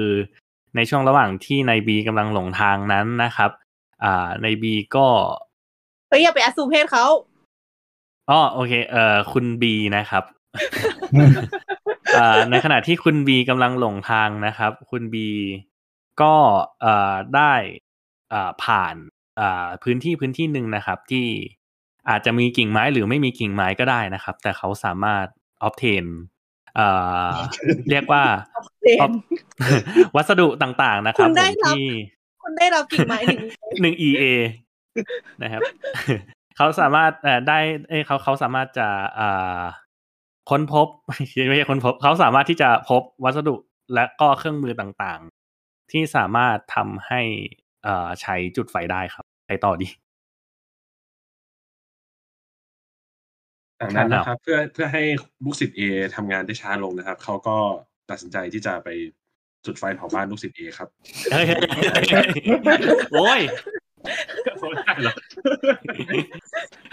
ในช่วงระหว่างที่นายบีกำลังหลงทางนั้นนะครับอ่านายบีก็ เฮ้ยอย่าไปอสูมเพศเขา อ๋อโอเคเอ่อคุณบีนะครับอ่าในขณะที่คุณบีกำลังหลงทางนะครับ คุณบีก็เอ่อได้อ่าผ่านอ่าพื้นที่พื้นที่หนึ่งนะครับที่อาจจะมีกิ่งไม้หรือไม่มีกิ่งไม้ก็ได้นะครับ แต่เขาสามารถ obtain เอ่อ เรียกว่า ครับ วัสดุต่างๆนะครับ คุณได้ ผม รับ ที่ คุณได้รับกิ่งไม้หนึ่ง หนึ่ง EA นะครับ เขาสามารถเอ่อได้เอ้ยเขาเขาสามารถจะอ่าค้นพบ ไม่ใช่ค้นพบ เขาสามารถที่จะพบวัสดุและก็เครื่องมือต่างๆ ที่สามารถทำให้เอ่อใช้จุดไฟได้ครับไปต่อดี จากนั้นนะครับเพื่อเพื่อให้ลูกศิษย์เอทำงานได้ช้าลงนะครับ เขาก็ตัดสินใจที่จะไปจุดไฟเผาบ้านลูกศิษย์เอครับ เฮ้ยโอ้ย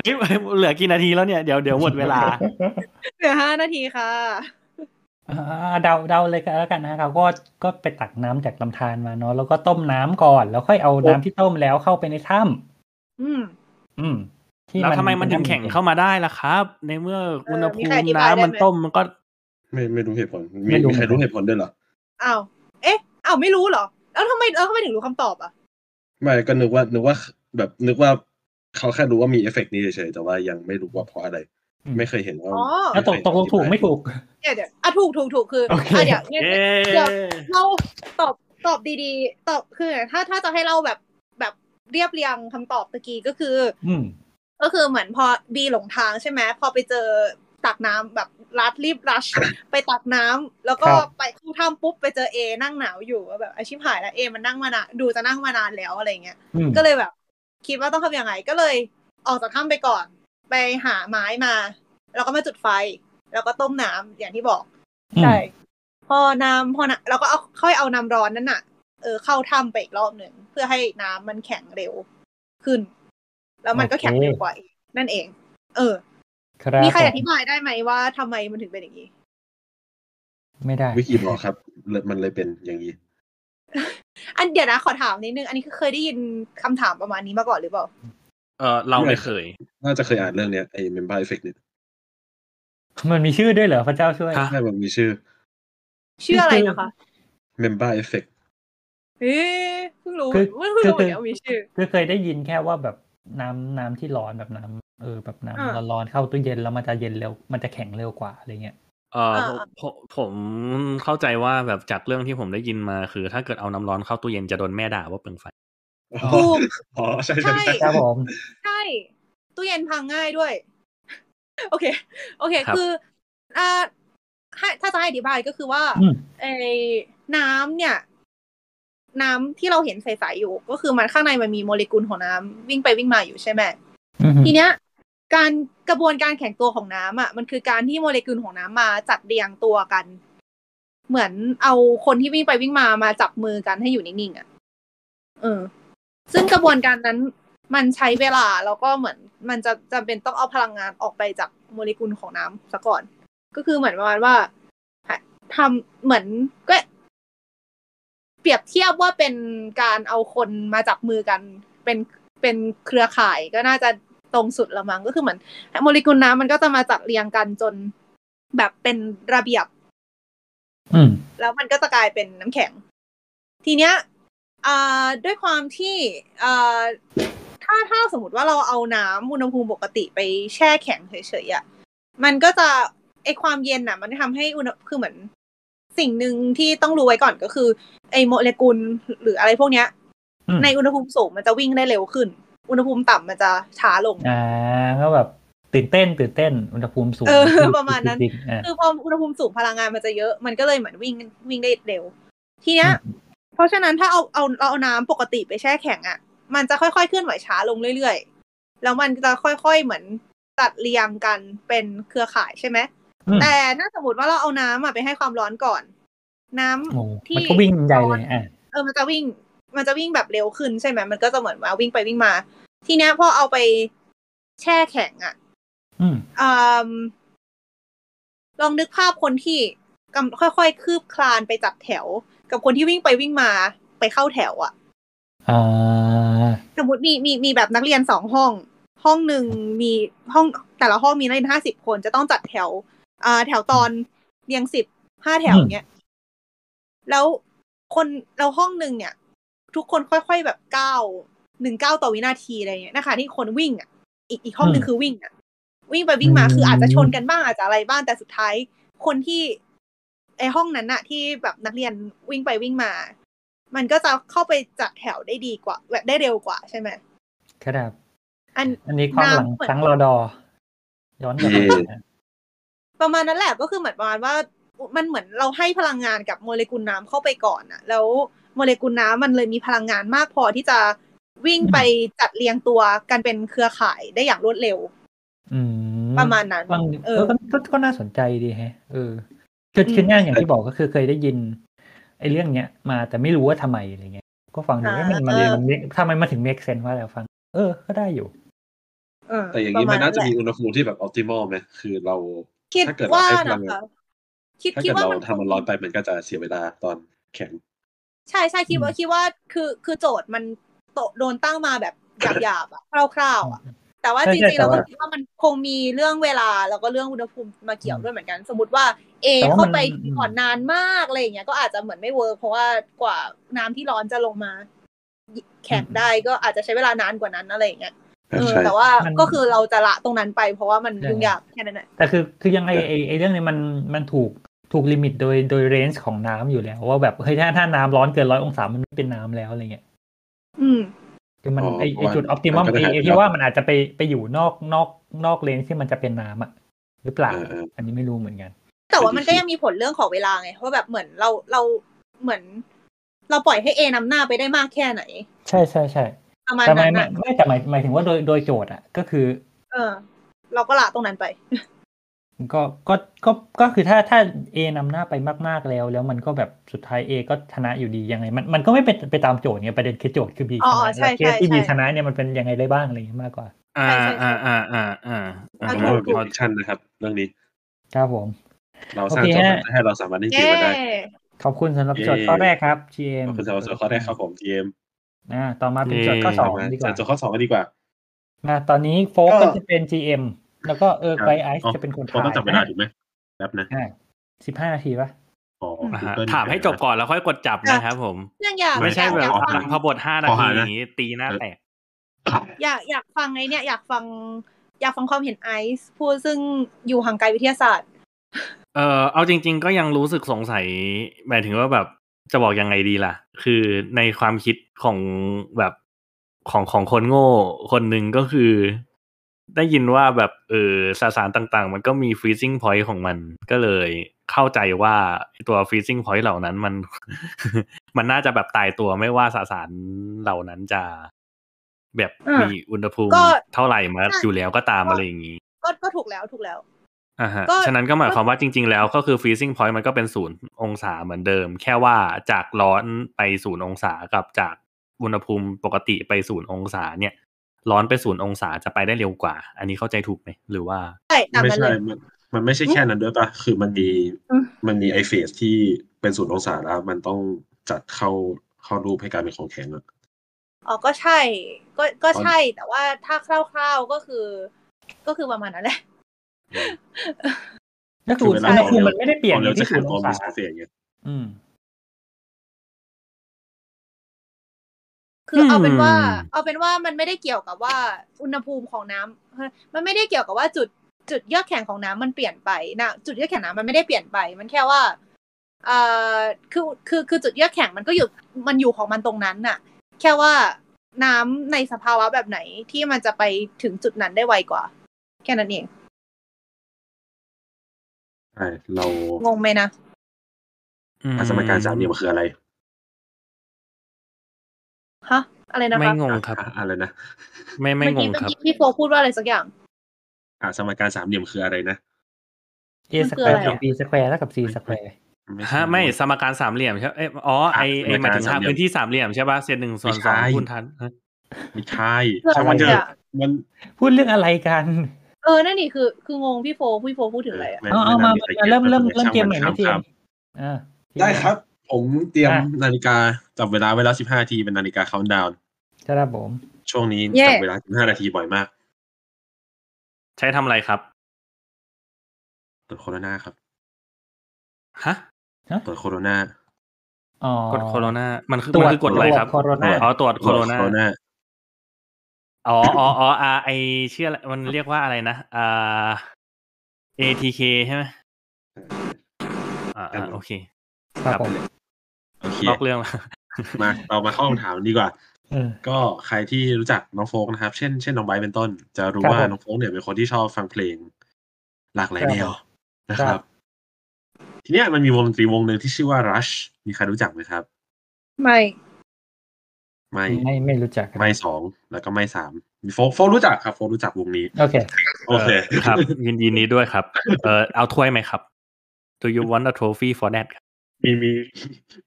เฮ้ยเหลือกี่นาทีแล้วเนี่ย เดี๋ยวเดี๋ยวหมดเวลา เหลือห้านาทีค่ะ อ่าเดาเดาเลยกันแล้วกันนะเขาก็ก็ไปตักน้ำจากลำธารมาเนาะแล้วก็ต้มน้ำก่อน แล้วค่อยเอาน้ำที่ต้มแล้วเข้าไปในถ้ำ อืม อืม แล้วทำไมมันถึงแข็งเข้ามาได้ล่ะครับ ในเมื่ออุณหภู เออมีใครอ มิ ธิบายได้ไหม น้ำมันต้มมันก็ ไม่ไม่รู้เหตุผลมีมีใครรู้เหตุผลด้วยเหรอ อ้าว เอ๊ะ อ้าวไม่รู้เหรอ แล้วทำไมแล้วทำไมถึงรู้คำตอบอ่ะ ไม่ก็นึกว่านึกว่าแบบนึกว่าเขาแค่รู้ว่ามีเอฟเฟกต์นี้เฉยๆแต่ว่ายังไม่รู้ว่าเพราะอะไร ไม่เคยเห็นว่า อ๋อ แล้วตกตกลงถูกไม่ถูก เดี๋ยวเดี๋ยวอ่ะถูกถูกถูกคือ โอเค อ่ะเดี๋ยวเนี่ย เอ๊ เดี๋ยว ะ เราตอบตอบดีๆ ตอบคือ ถ้าถ้าจะให้เราแบบแบบเรียบเรียงคำตอบตะกี้ก็คือ อืม ก็คือเหมือนพอบีหลงทางใช่ไหมพอไปเจอตักน้ำแบบรัดรีบรัช ไปตักน้ำแล้วก็ ครับ ไปเข้าถ้ำปุ๊บไปเจอเอนั่งหนาวอยู่ว่าแบบอาชีพหายแล้วเอมันนั่งมานานดูจะนั่งมานานแล้วอะไรเงี้ย อืม ก็เลยแบบ คิดว่าต้องทำยังไงก็เลยออกจากถ้ำไปก่อน ไปหาไม้มา แล้วก็มาจุดไฟ แล้วก็ต้มน้ำอย่างที่บอก ใช่พอน้ำพอนะเราก็เอาค่อยเอาน้ำร้อนนั่นน่ะ เออเข้าถ้ำไปอีกรอบหนึ่งเพื่อให้น้ำมันแข็งเร็วขึ้น แล้วมันก็แข็งเร็วกว่าอีกนั่นเอง เออ ครับ มีใคร ผ อธิบายได้ไหมว่าทำไมมันถึงเป็นอย่างนี้ ไม่ได้ วิกิบอกครับเลยมันเลยเป็นอย่างนี้ อันเดี๋ยวนะขอถามนิดนึง อันนี้คือเคยได้ยินคำถามประมาณนี้มาก่อนหรือเปล่า เออเราไม่เคย น่าจะเคยอ่านเรื่องเนี้ยไอ้เมมเบอร์เอฟเฟกต์เนี่ย มันมีชื่อด้วยเหรอพระเจ้าช่วย ฮะ ใช่มันมีชื่อ ชื่ออะไรนะคะ เมมเบอร์เอฟเฟกต์ เอ๊ะเพิ่งรู้ คือ เพิ่งรู้ คือ เหมือนกันว่ามีชื่อ คือเคยได้ยินแค่ว่าแบบน้ำน้ำที่ร้อนแบบน้ำเออแบบน้ำ อ่า ร้อนๆเข้าตู้เย็นแล้วมันจะเย็นเร็วมันจะแข็งเร็วกว่าอะไรเงี้ย เออผมผมผมเข้าใจว่าแบบจากเรื่องที่ผมได้ยินมาคือ ถ้าเกิดเอาน้ำร้อนเข้าตู้เย็นจะโดนแม่ด่าว่าเปลืองไฟ อ๋อ ถูก อ๋อใช่ใช่ ใช่ ใช่ ครับผม ใช่ตู้เย็นพังง่ายด้วย โอเค โอเค ครับ คืออ่าให้ถ้าจะให้อธิบายก็คือว่า อืม ไอ้น้ำเนี่ย น้ำที่เราเห็นใสๆอยู่ ก็คือมันข้างในมันมีโมเลกุลของน้ำวิ่งไปวิ่งมาอยู่ใช่ไหม อืม ทีเนี้ย การกระบวนการแข็งตัวของน้ำอ่ะมันคือการที่โมเลกุลของน้ำมาจัดเรียงตัวกัน เหมือนเอาคนที่วิ่งไปวิ่งมามาจับมือกันให้อยู่นิ่งๆอ่ะเออ ซึ่งกระบวนการนั้น มันใช้เวลาแล้วก็เหมือน มันจะจำเป็นต้องเอาพลังงานออกไปจากโมเลกุลของน้ำซะก่อน ก็คือเหมือนประมาณว่าทำเหมือนก็ เปรียบเทียบว่าเป็นการเอาคนมาจับมือกัน เป็นเป็นเครือข่ายก็น่าจะตรงสุดละมั้งก็คือเหมือนโมเลกุลน้ำมันก็จะมาจัดเรียงกันจนแบบเป็นระเบียบ อืม แล้วมันก็จะกลายเป็นน้ำแข็ง ทีเนี้ยอ่าด้วยความที่อ่าถ้าถ้าสมมติว่าเราเอาน้ำอุณหภูมิปกติไปแช่แข็งเฉยๆอะ่ะมันก็จะไอความเย็นน่ะ มันทำให้อุณหคือเหมือน สิ่งหนึ่งที่ต้องรู้ไว้ก่อนก็คือ ไอโมเลกุลหรืออะไรพวกเนี้ย อืม ในอุณหภูมิสูงมันจะวิ่งได้เร็วขึ้น อุณหภูมิต่ำมันจะช้าลง อ่าก็แบบ ตื่นเต้น ตื่นเต้นอุณหภูมิสูง เออประมาณนั้น จงๆอ่ะ คือพออุณหภูมิสูงพลังงานมันจะเยอะ มันก็เลยเหมือนวิ่งวิ่งได้เร็ว ทีเนี้ย อืม เพราะฉะนั้นถ้าเอาเอาเราเอาน้ำปกติไปแช่แข็งอ่ะ มันจะค่อยๆเคลื่อนไหวช้าลงเรื่อยๆ แล้วมันจะค่อยๆเหมือนตัดเรียงกันเป็นเครือข่ายใช่ไหม อืม แต่ถ้าสมมติว่าเราเอาน้ำอะไปให้ความร้อนก่อน น้ำ โอ้ ที่ มันก็วิ่งใหญ่เลยอ่ะ เออมันจะวิ่ง มันจะวิ่งแบบเร็วขึ้นใช่ไหมมันก็จะเหมือนว่าวิ่งไปวิ่งมา ทีเนี้ยพอเอาไปแช่แข็งอ่ะ อืม อมลองนึกภาพคนที่กำค่อยๆ คืบคลานไปจับแถว กับคนที่วิ่งไปวิ่งมาไปเข้าแถวอะ อ่า สมมติมีมีมีแบบนักเรียนสองห้อง ห้องหนึ่งมีห้องแต่ละห้องมีนักเรียนห้าสิบคนจะต้องจัดแถวอ่าแถวตอนเรียงสิบห้าแถว อืม เนี้ยแล้วคนเราห้องหนึ่งเนี่ย ทุกคนค่อยๆแบบก้าวหนึ่งก้าวต่อวินาทีอะไรเงี้ยนะคะที่คนวิ่งอ่ะ อีกอีกห้องหนึ่งคือวิ่งอ่ะ วิ่งไปวิ่งมา อืม คืออาจจะชนกันบ้างอาจจะอะไรบ้างแต่สุดท้าย คนที่ไอห้องนั้นน่ะ ที่แบบนักเรียนวิ่งไปวิ่งมา มันก็จะเข้าไปจัดแถวได้ดีกว่า แบบได้เร็วกว่าใช่ไหม ครับ อัน อันนี้ความหลัง น้ำเหมือน ครั้งรอดอ ย้อนกลับไป เย่ นะ ประมาณนั้นแหละก็คือเหมือนประมาณว่ามันเหมือนเราให้พลังงานกับโมเลกุลน้ำเข้าไปก่อนน่ะ แล้วโมเลกุลน้ำมันเลยมีพลังงานมากพอที่จะวิ่งไปจัดเรียงตัวกันเป็นเครือข่ายได้อย่างรวดเร็ว อืม ประมาณนั้น ฟัง เอ เอ อ อก็ก็ก็น่าสนใจดีแฮะ เออคือ อืม คือง่ายอย่างที่บอกก็คือเคยได้ยินไอ้เรื่องเนี้ย มาแต่ไม่รู้ว่าทำไมอะไรเงี้ย ก็ฟังดู อ่า ว่ามันมันเลย เออ มันทำไมมันถึง make sense ว่าแล้วฟัง เออ ก็ได้อยู่ เออ แต่อย่างนี้มันน่าจะ ปร มี ณแหล อุณหภูมิที่แบบออติมอลไหมคือเรา คิด ถ้าเกิด ว่า เราให้พลั นะ งงาน คะคิด ถ้า คิด เกิด ว่า เรา มัน ทำมันร้อนไปมันก็จะเสียเวลาตอนแข็ง ใช่ใช่คิดว่า อืม คิดว่าคือคือโจทย์มันโตโดนตั้งมาแบบหยาบๆอะคร่าวๆอะแต่ว่า ใช่ จ ใช่ ริงๆ แต่ เราก็ ว่า คิดว่ามันคงมีเรื่องเวลาแล้วก็เรื่องอุณหภูมิมาเกี่ยว อืม ด้วยเหมือนกัน สมมติว่าเอ แต่ว่า เข้า มัน ไป อืม ก่อนนานมากอะไรอย่างเงี้ยก็อาจจะเหมือนไม่เวิร์กเพราะว่ากว่าน้ำที่ร้อนจะลงมา แข็งได้ก็อาจจะใช้เวลานานกว่านั้นอะไรอย่างเงี้ยเออ ใช่ แต่ว่าม น ก็คือเราจะละตรงนั้นไปเพราะว่ามัน ใช่ ยุ่งยากแค่นั้นแหละ แต่คือคือยังไงไอ้ไอ้เรื่องเนี้ยมันมันถูกถูกลิมิตโดยโดยเรนจ์ของน้ำอยู่แล้ว ว่าแบบเฮ้ยถ้าถ้าน้ำร้อนเกินร้อยองศามันไม่เป็นน้ำแล้วอะไรเงี้ย อืม คือมัน อ๋อ ไอ้ไอ้ มัน จุดออ t ติมัม มันก็จะหายไอ้ไอ้ ไป ที่ แล้ว ว่ามันอาจจะไปไปอยู่นอกนอกนอกเรนจ์ที่มันจะเป็นน้ำอะหรือเปล่า เออเออ อันนี้ไม่รู้เหมือนกัน แต่ว่ามันก็ ไม่ได้คิด ยังมีผลเรื่องของเวลาไงว่าแบบเหมือนเราเราเหมือน เราปล่อยให้เอนำหน้าไปได้มากแค่ไหน ใช่ใช่ใช่ ประมาณ แต่หมา นั้ ย นนะไม่ไม่แต่หมายหมายถึงว่าโดยโดยโจทย์อ่ะ ก็คือ เออ เราก็ละตรงนั้นไป ก็ก็ก็ก็คือถ้าถ้า A นำหน้าไปมากๆแล้ว แล้วมันก็แบบสุดท้าย A ก็ชนะอยู่ดียังไง มันมันก็ไม่เป็นไปตามโจทย์เนี่ยประเด็นคือโจทย์คือ B อ๋ ช อ นะ ใช่ แล้วเคสใช่ที่ B ใช่ ชนะเนี่ยมันเป็นยังไงได้บ้างอะไรอย่างเงี้ยมากกว่า อ่า ใช่ใช่ อ่าอ่าอ่าอ่าอ่า ผม ถู ว่าก มันเป็นวิชั่นนะครับ เรื่องนี้ ครับผม เราสร้าง โอเค โจทย์ ฮะ ให้เราสามารถได้ เย้ เกี่ยวกันได้ ขอบคุณสำหรับ เย้ โจทย์ข้อแรกครับ GM เป็นสำหรับโจทย์ข้อแรกครับผมทีเอ็ม อ่าต่อมาเป็นโจทย์ข้อสองดีกว่า โจทย์ข้อสองกันดีกว่า มาตอนนี้โฟก ก็ ก็จะเป็น GM แล้วก็เออไกรไอซ์ อ๋อ จะเป็นคน ผม ทาย ต้องจับเวลาถูกไหมแป๊บนะ สิบห้า15 นาทีปะ อ๋อ อ่าฮะ Google ถามให้จบก่อนแล้วค่อยกดจับนะครับผม เรื่องอยาก ไม่ ไม่ ใช่ ใช่ อยาก แบ อยากฟัขอบฟั ง งพอบทห้านา ขอ ที หานะ อย่างนี้ตีหน้าแตก อยากอยากฟังไอเนี่ย อยากฟัง อยากฟังความเห็นไอซ์พูดซึ่งอยู่ห่างไกลวิทยาศาสตร์ เออเอาจริง ๆ ก็ยังรู้สึกสงสัยหมายถึงว่าแบบจะบอกยังไงดีล่ะ คือในความคิดของแบบของของคนโง่ คนหนึ่งก็คือ ได้ยินว่าแบบเออสสารต่างๆ มันก็มี freezing point ของมันก็เลยเข้าใจว่าตัว freezing point เหล่านั้นมัน มันน่าจะแบบตายตัวไม่ว่าสสารเหล่านั้นจะ แบบ อ่ามี มีอุณหภูมิ ก็ เท่าไหร่มา ใช่ อยู่แล้วก็ตามอะไรอย่างนี้ ก็ก็ถูกแล้วถูกแล้ว อ่าฮะ ก็ ฉะนั้นก็หมายความว่าจริง ๆ แล้วก็คือ freezing point มันก็เป็นศูนย์องศาเหมือนเดิม แค่ว่าจากร้อนไปศูนย์องศากับจากอุณหภูมิปกติไปศูนย์องศาเนี่ย ร้อนไปศูนย์องศาจะไปได้เร็วกว่า อันนี้เข้าใจถูกไหมหรือว่า ใช่ตาม ไม่ นั้นเล ใช่ ย มันมันไม่ใช่แค่นั้นด้วยปะคือมันมี อืม มันมีไอเฟสที่เป็นศูนย์องศาแล้ว มันต้องจัดเข้าเข้ารูปให้กลายเป็นของแข็งอะ อ๋อก็ใช่ ก็ก็ ตอน ใช่ แต่ว่าถ้าคร่าวๆก็คือ ก็คือประมาณนั้นแหละ ก็คือ เวลา อุความณหภูมิเร็ว มันไม่ได้เปลี่ยน ความ อ เร็ว ยู่ จะ ที่ เค ศู ลื่อน น ย์อ ตัว ง มี ศา สาเฟสไง อืม คืออ ม เอาเป็นว่า เอาเป็นว่ามันไม่ได้เกี่ยวกับว่าอุณหภูมิของน้ำมันไม่ได้เกี่ยวกับว่าจุดจุดเยือกแข็งของน้ำมันเปลี่ยนไปนะจุดเยือกแข็งน้ำมันไม่ได้เปลี่ยนไป มันแค่ว่าเอ่อคือคือคือจุดเยือกแข็งมันก็อยู่มันอยู่ของมันตรงนั้นน่ะ แค่ว่าน้ำในสภาวะแบบไหนที่มันจะไปถึงจุดนั้นได้ไวกว่า แค่นั้นเอง ใช่เรา งงไหมนะ อาสมการสามเหลี่ยมคืออะไร ฮะ อะไรนะคะ ไม่งงครับ อ่ะอะไรนะ ไม่ไม่งง เมื่อ ครับ กี้เมื่อกี้ที่โฟพูดว่าอะไรสักอย่าง อาสมการสามเหลี่ยมคืออะไรนะ a มัน ส คื แค อ ว อะไรอะร์กับ b สแควร์เท่ากับ c สแควร์ ใช่ ฮะไม่สมการสามเหลี่ยมใช่เอ้ยอ๋อไอไอ อ่ะ หมายถึง สมการสา หาม เหลี่ยม พื้นที่สามเหลี่ยมใช่ป่ะเศษหนึ่งส่วน ไม่ ส ใช่ องคูณทันฮะ ไม่ใช่ เพื่อ ช่างมันเถ อะไร อะ อะ มัน พูดเรื่องอะไรกัน เออ นั่นนี่คือ คืองงพี่โฟพี่โฟพูดถึงอะไรอะ ไม่ เอาเอามา ไ มาเริ่มเริ่มเริ่มเกมใหม่ไหม ช่างน ที ค ม รับ อ่า ได้ครับ ผมเตรียม อ่ะ นาฬิกาจับเวลาไว้แล้ว 15 นาทีเป็นนาฬิกาคา t ดาวน์ ครับผม ช่วงนี้ เย่ จับเวลา 15 นาทีบ่อยมาก ใช้ทำอะไรครับ ตรวจโคโรนาครับ ฮะ ตรวจโคโรนา อ๋อก ดโคโรนามันคือ ตร มัน วจ คือกดอะไรครับ โคโรนา ตรวจ อ๋อตรวจโคโรนา ตรวจ อ๋ออ๋ออ๋ออ่าไอเชื่ออะไรมันเรียกว่าอะไรนะอ่า ATK ใช่ไหมอ่าอ่าโอเค ครับผม โอเคน อกเรื่องละ มาเรามาเข้าคำถามดีกว่า เออ ก็ใครที่รู้จักน้องโฟกนะครับ เช่นเช่นน้องไบร์ทเป็นต้น จะรู้ ครับ ว่า ผม น้องโฟกเนี่ยเป็นคนที่ชอบฟังเพลง หลากหลาย ครับ แนวนะค ครั รับ บ ทีเนี้ยมันมีวงดนตรีวงหนึ่งที่ชื่อว่า Rush มีใครรู้จักไหมครับ ไม่ ไม่ ไม่ไม่รู้จักครับ ไม่สองแล้วก็ไม่สามมีโฟกโฟกรู้จักครับโฟกรู้จักวงนี้ โอเค โอเค ครับ ยินดีนี้ด้วยครับ เออเอาถ้วยไหมครับ Do you want a trophy for that ครับ มีมี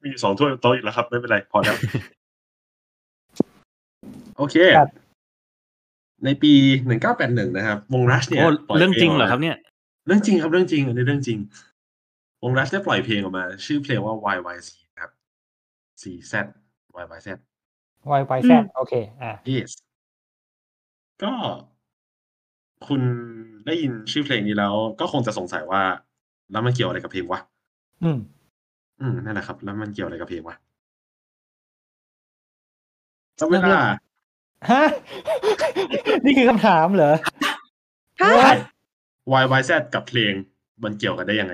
มีสองถ้วยบนโต๊ะอีกแล้วครับ ไม่เป็นไร พอแล้ว โอเค ครับ ในปีหนึ่งเก้าแปดหนึ่งนะครับ วงรัชเนี่ย โอ้ ปล่ยพ เรื่องจริงเหรอครับเนี่ย เรื่องจริงครับเรื่องจริงอันนี้เรื่องจริง วงรัชได้ปล่อยเพลงออกมา ชื่อเพลงว่า Y Y Z ครับ C Z Y Y Z Y Y Z โอเค อ่ะ yes ก็คุณได้ยินชื่อเพลงนี้แล้ว ก็คงจะสงสัยว่า แล้วมันเกี่ยวอะไรกับเพลงวะ อืม อืมนั่นแหละครับ แล้วมันเกี่ยวอะไรกับเพลงวะจำเวลา ฮะ นี่คือคำถามเหรอ ฮะ What? Y Y Z กับเพลง มันเกี่ยวกันได้ยังไง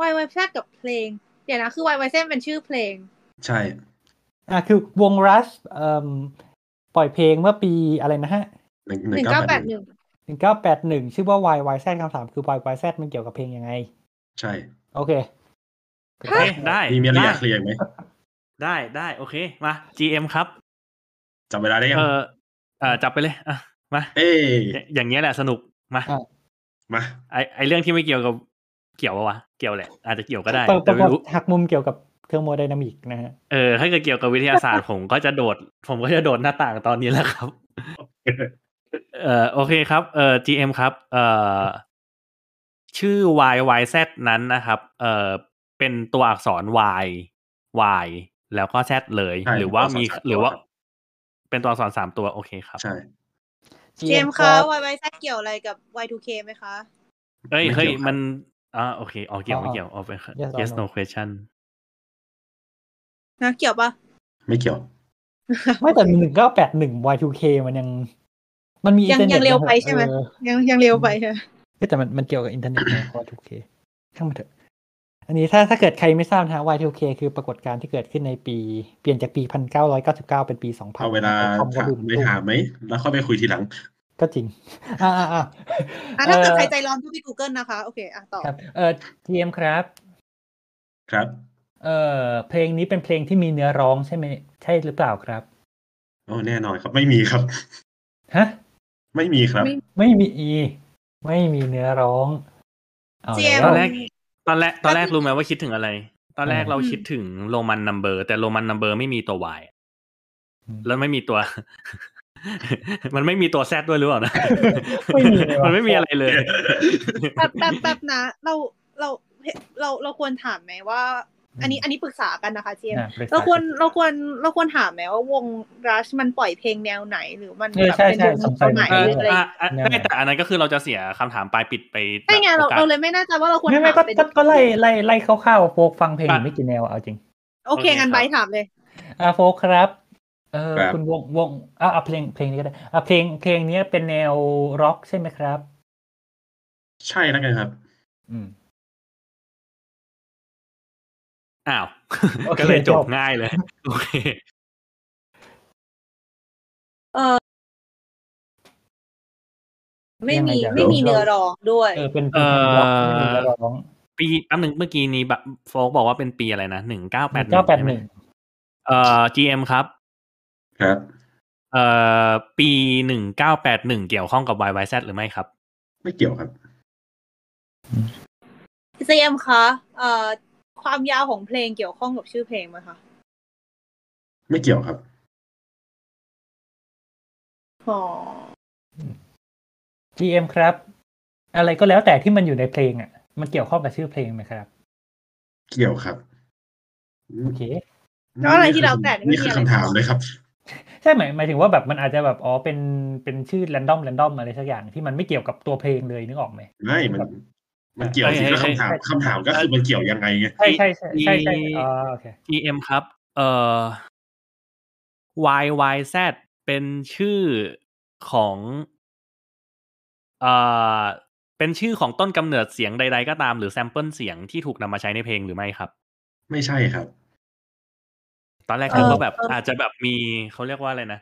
วายวายแพทกับเพลง เดี๋ยวนะ คือวายวายเส้นเป็นชื่อเพลง ใช่ อ่ะคือวงรัสเอ่มปล่อยเพลงเมื่อปีอะไรนะฮะ หนึ่ง ห หนึ่ นึ่ ง ง เก้า เก้า แป แป ด ด ห ห นึ่ง นึ่ง หนึ่งเก้าแปดหนึ่งชื่อว่า Y Y Z คำถามคือ Y Y Z มันเกี่ยวกับเพลงยังไง ใช่ โอเค ฮะ เอ๊ะได้ มีมีอะไรอ ได้ ยากเคลียร์อีกไหม ได้ได้โอเค มา GM ครับ จำเวลาได้ยัง เออเออจับไปเลยอ่ะมา เอ้ย อย่าอย่างเงี้ยแหละสนุกมา อ่ะ มา ไอไอเรื่องที่ไม่เกี่ยวกับเกี่ยวปะวะเกี่ยวแหละ อาจจะเกี่ยวก็ได้ เปิด แต่ ป ไม่ ระ รู้ หักมุมเกี่ยวกับเทอร์โมไดนามิกนะฮะ เออถ้าเกิดเกี่ยวกับวิทยาศาสตร์ ผมก็จะโดด ผมก็จะโดดหน้าต่างตอนนี้แหละครับ เออโอเคครับเออ GM ครับเออชื่อ YYZ นั้นนะครับเออเป็นตัวอักษร Y Y แล้วก็ Z เลย ใช่ หรือว่ามี สงส หรือว่า คบ เป็นตัวอักษรสามตัวโอเคครับ ใช่ GM เจมส์คะวายวายแซดเกี่ยวอะไรกับ Y2K ไหมคะ เอ้ย ไม่ เฮ้ย เกี่ยวครับ มันอ่าโอเคออกเกี่ยว อ๋ไม่อเกี่ยวออกไปครับ yes or yes no no question นะ เกี่ยวปะ ไม่เกี่ยว ไม่แต่หนึ่งเก้าแปดหนึ่ง Y 2 K มันยัง มันมี ยัง อินเทอร์ยังเน็ตเร็วไป นะฮะ ใช่ไหม เออ ยังยังเร็วไปค่ะ เฮ้ยแต่มันมันเกี่ยวกับอินเทอร์เน็ตนะ Y2K ช่างมันเถอะ อันนี้ถ้าถ้าเกิดใครไม่ทราบนะฮะ Y2K คือปรากฏการณ์ที่เกิดขึ้นในปี เปลี่ยนจากปี 1999 เป็นปี 2000 เอาเวลา คอมก็ ถาม บูม ไปถามไหม แล้วค่อยไปคุยทีหลัง ก็จริง อ่าอ่าอ่า อ่ะถ้าเกิดใครใจร้อนก็ไป Google นะคะ โอเค อ่ะต่อ ครับ เอ่อ TM ครับ ครับ เอ่อ เพลงนี้เป็นเพลงที่มีเนื้อร้องใช่ไหม ใช่หรือเปล่าครับ โอ้แน่นอนครับ ไม่มีครับ ฮะ ไม่มีครับ ไม่ ไม่มี E ไม่มีเนื้อร้อง เอาแล้ GM ว ตอนแรก ตอนแรกตอนแรก ก็คือ รู้ไหมว่าคิดถึงอะไร ตอนแรก อืม เราคิดถึงโรมันนัมเบอร์ แต่โรมันนัมเบอร์ไม่มีตัว y อืม แล้วไม่มีตัว มันไม่มีตัว z ด้วยหรือเปล่านะ ไม่มีเลยว่ะ มันไม่มีอะไรเลย แป๊บแป๊บแป๊บนะ เราเราเราเราควรถามไหมว่า อันนี้อันนี้ปรึกษากันนะคะเจมส์ อ่ะปกษ เราควรเราควรเราควรถามไหมว่าวงรัชมันปล่อยเพลงแนวไหนหรือมัน เออ แบบ ใช่ เป็น ใช่ วง สง ส สัย มัย เออ หรืออะไร อ่ะอ่ะได้แต่อันนั้นก็คือเราจะเสียคำถามปลายปิดไป ใช่ไงเรา โอกส เราเลยไม่แน่ใจว่าเราควร ไม่ไม่ ถาม ก็ เป็น ก็ก็ไล่ไล่ไล่คร่าวๆโฟกฟังเพลงอยู่ไม่กี่แนวอะเอาจริง โอเคงั้น โอเคครับ ไบร์ทถามเลย อ่ะโฟกส์ครับ เออ ครับ คุณวงวงอ่ะอ่ะเพลงเพลงนี้ก็ได้อ่ะเพลงเพลงเนี้ยเป็นแนวร็อกใช่ไหมครับ ใช่แล้วกันครับ อืม อ้าว โอเค ก็เลยจ จ บบ ง่ายเลย โอเค เออ ไม่มี ยังไงจะ ไม่มีเนื้อร้องด้วย เออเป็น เอ่ เป็อนบล็อกที่มีนักร้อง ปีอันหนึ่งเมื่อกี้นี้แบบโฟกบอกว่าเป็นปีอะไรนะหนึ่งเก้าแปด เก้าแปดหนึ่ง เอ่อ GM ครับ ครับ เอ่อปีหนึ่งเก้าแปดหนึ่งเกี่ยวข้องกับ YYZ หรือไม่ครับ ไม่เกี่ยวครับ เจมส์คะเอ่อความยาวของเพลงเกี่ยวข้องกับชื่อเพลงไหมคะ ไม่เกี่ยวครับ อ๋อ จีเอ็มครับ อะไรก็แล้วแต่ที่มันอยู่ในเพลงอ่ะ มันเกี่ยวข้องกับชื่อเพลงไหมครับ เกี่ยวครับ โอเค แล้วอะไรที่แล้วแต่นี่ นี่ ไม่มี คือ อะไร คำถามเลยครับ ใช่หมายหมายถึงว่าแบบมันอาจจะแบบอ๋อเป็นเป็นชื่อ r รนดอม r รนดอมอะไรสักอย่างที่มันไม่เกี่ยวกับตัวเพลงเลยนึกออกไหม ไม่มัน มันเกี่ยวสิ เอ้ย ก็ เอ้ย คำถาม เอ้ย คำถามก็คือมันเกี่ยวยังไงไง ใช่ใช่ใช่ใช่ใช่ มี อ๋อโอเค GM ครับ เอ่อ YYZ เป็นชื่อของเอ่อเป็นชื่อของต้นกำเนิดเสียงใด ๆ ก็ตามหรือแซมเปิลเสียงที่ถูกนำมาใช้ในเพลงหรือไม่ครับ ไม่ใช่ครับ ตอนแรก เอ่ นึ อ กว่าแบบอาจจะแบบมีเขาเรียกว่าอะไรนะ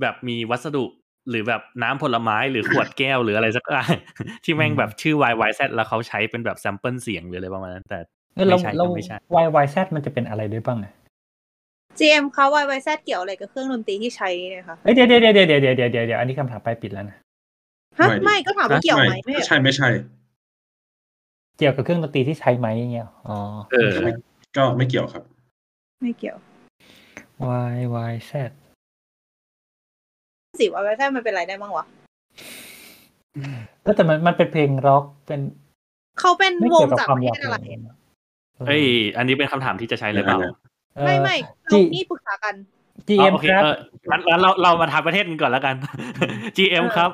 แบบมีวัสดุหรือแบบน้ำผลไม้หรือขวดแก้วหรืออะไรสักอย่าง ที่แม่งแบบชื่อ YYZ แล้วเขาใช้เป็นแบบแซมเปิลเสียงหรืออะไรประมาณนั้นแต่ งั้นเรา ไม่ใช่ เรา ไม่ใช่ YYZ มันจะเป็นอะไรด้วยบ้างอะ เจมส์คะ YYZ เกี่ยวอะไรกับเครื่องดนตรีที่ใช้เนะคะ เอ้ยเดี๋ยวเดี๋ยวเดี๋ยวเดี๋ยวเดี๋ยวเดี๋ยวเดี๋ยวอันนี้คำถามไปลายปิดแล้วนะ ฮะ ไม่ดิ ไม่ก็ถามว่าเกี่ยวไหมไม่ ไม่ ใช่ ใช่ไม่ใช่ เกี่ยวกับเครื่องดนตรีที่ใช้ไหมอย่างเงี้ยอ๋อ เออ ก็ไม่ก็ไม่เกี่ยวครับ ไม่เกี่ยว YYZ สิ YYZ มันเป็นอะไรได้บ้างวะ ก็แต่มันมันเป็นเพลงร็อกเป็น เขาเป็น ไม่ วง เกี่ยวกับ จาก คปวาม ระ ยา เท ว ศอะไร เอ้ย อันนี้เป็นคำถามที่จะใช้หรือเปล่า เออ ไม่ไม่ จี เรานี่ปรึกษากัน GM โอเค ครับ เอองั้นงั้นเราเรามาทำประเทศกันก่อนแล้ว กัน GM ครับ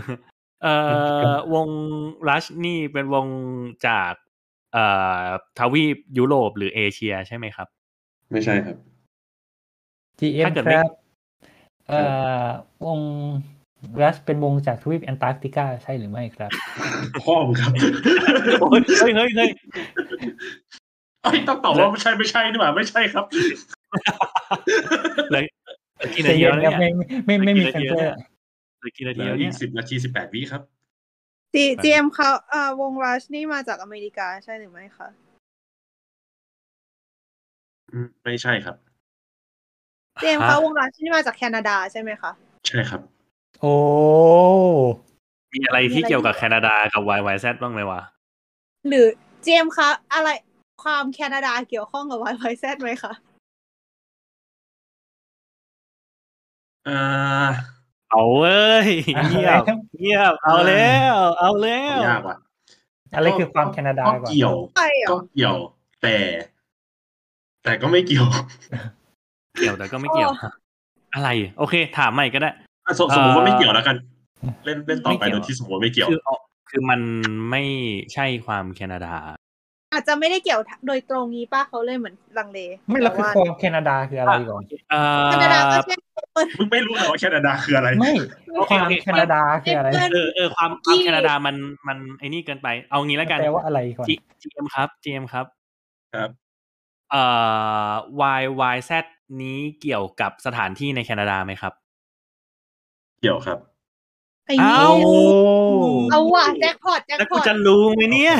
เอ่อวงรัชนี่เป็นวงจาก เอ่อทวีปยุโรปหรือเอเชียใช่ไหมครับ ไม่ใช่ ครับ GM ถ้าเกิด ค ไม่ รับเอ่อวงรัสเป็นวงจากทวีปแอนตาร์กติกาใช่หรือไม่ครับ พ่อมงครับ โอ้ยเฮ้ยเฮ้ยเฮ้ย ไอ้ยต้องตอบว่าไม่ใช่ไม่ใช่ดีกว่าไม่ใช่ครับ เหลยกี่นา ใจ ที เย็ แล้ว นครับ เนี่ ไม่ ย ไม่ไม่มี ไม่ เซน กี่ เซอ นาที ร์ เหลยเหกี่นาที ลือ แล้ว อี เนี่ย กสิบนาทีสิบแปดวิครับ จีเจมส์เขาเอ่อวงรัชนี่มาจากอเมริกาใช่หรือไม่คะ อืมไม่ใช่ครับ เจมส์เขาวงรัชนี่มาจากแคนาดาใช่ไหมคะ ใช่ครับ โอ้ มีอะไรที่เกี่ยวกับแคนาดากับ YYZ บ้างไหมวะ หรือเจมส์คะอะไรความแคนาดาเกี่ยวข้องกับ YYZ ไหมคะ เอ่อ เอาเว้ย เงียบ เงียบ เอาแล้ว เอาแล้ว ยากว่ะ อะไรคือความแคนาดา ก็ ก่อน เกี่ยว ใช่เหร ก็ อ เกี่ยว แต่ แต่ก็ไม่เกี่ยว เกี่ยวแต่ก็ไม่เกี่ยว อะไร โอเค ถามใหม่ก็ได้ อ่ะสมสมมติว่าไม่เกี่ยวแล้วกัน เล่นเล่นต่อไป ไม่เกี่ โด ยว ยที่สมมติว่าไม่เกี่ยว คือเอาคือมันไม่ใช่ความแคนาดา อาจจะไม่ได้เกี่ยวโดยตรงนี้ป้าเขาเลยเหมือนลังเล ไม่แล้วคือ ว่า ความแคนาดาคืออะไรก่อน เอ่อ แคนาดาก็เช่น มึงไม่รู้เหรอว่าแคนาดาคืออะไร ไม่ โอเค ความ โอเค แคนาดาคืออะไร เออเออความความแคนาดามันมันไอ้นี่เกินไป เอางี้แล้วกัน แปลว่าอะไรก่อน จีจีเอ็มครับจีเอ็มครับ ครับ เอ่อ YYZ นี้เกี่ยวกับสถานที่ในแคนาดาไหมครับ เกี่ยวครับ ไอ้นี่ เอ้า โอ้ เอาว่ะแจ็คพอตแจ็ค แล้ว พ กู อต จะรู้ไหมเนี่ย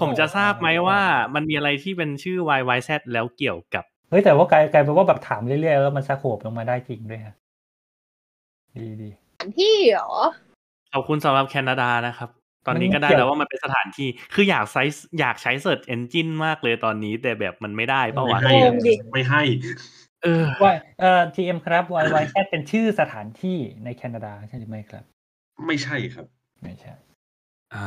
ผม โอ้ จะทราบไหมว่ามันมีอะไรที่เป็นชื่อ YYZ แล้วเกี่ยวกับ เฮ้ยแต่ว่ากลายกลายเป็นว่าแบบถามเรื่อยๆ แล้วมันสะโขบลงมาได้จริงด้วยฮะดีดี สถานที่เหรอ ขอบคุณสำหรับแคนาดานะครับ ตอนนี้ มัน ก็ได้ เกี่ยว แล้วว่ามันเป็นสถานที่ คืออยากใช้อยากใช้ Search Engine มากเลยตอนนี้ แต่แบบมันไม่ได้เปล่าวะ ไม่ให้ โกงดิ ไม่ให้ เออ ว่าเอ่อ GM ครับ YY แค่เป็นชื่อสถานที่ในแคนาดาใช่หรือไม่ครับ ไม่ใช่ครับ ไม่ใช่ อ่า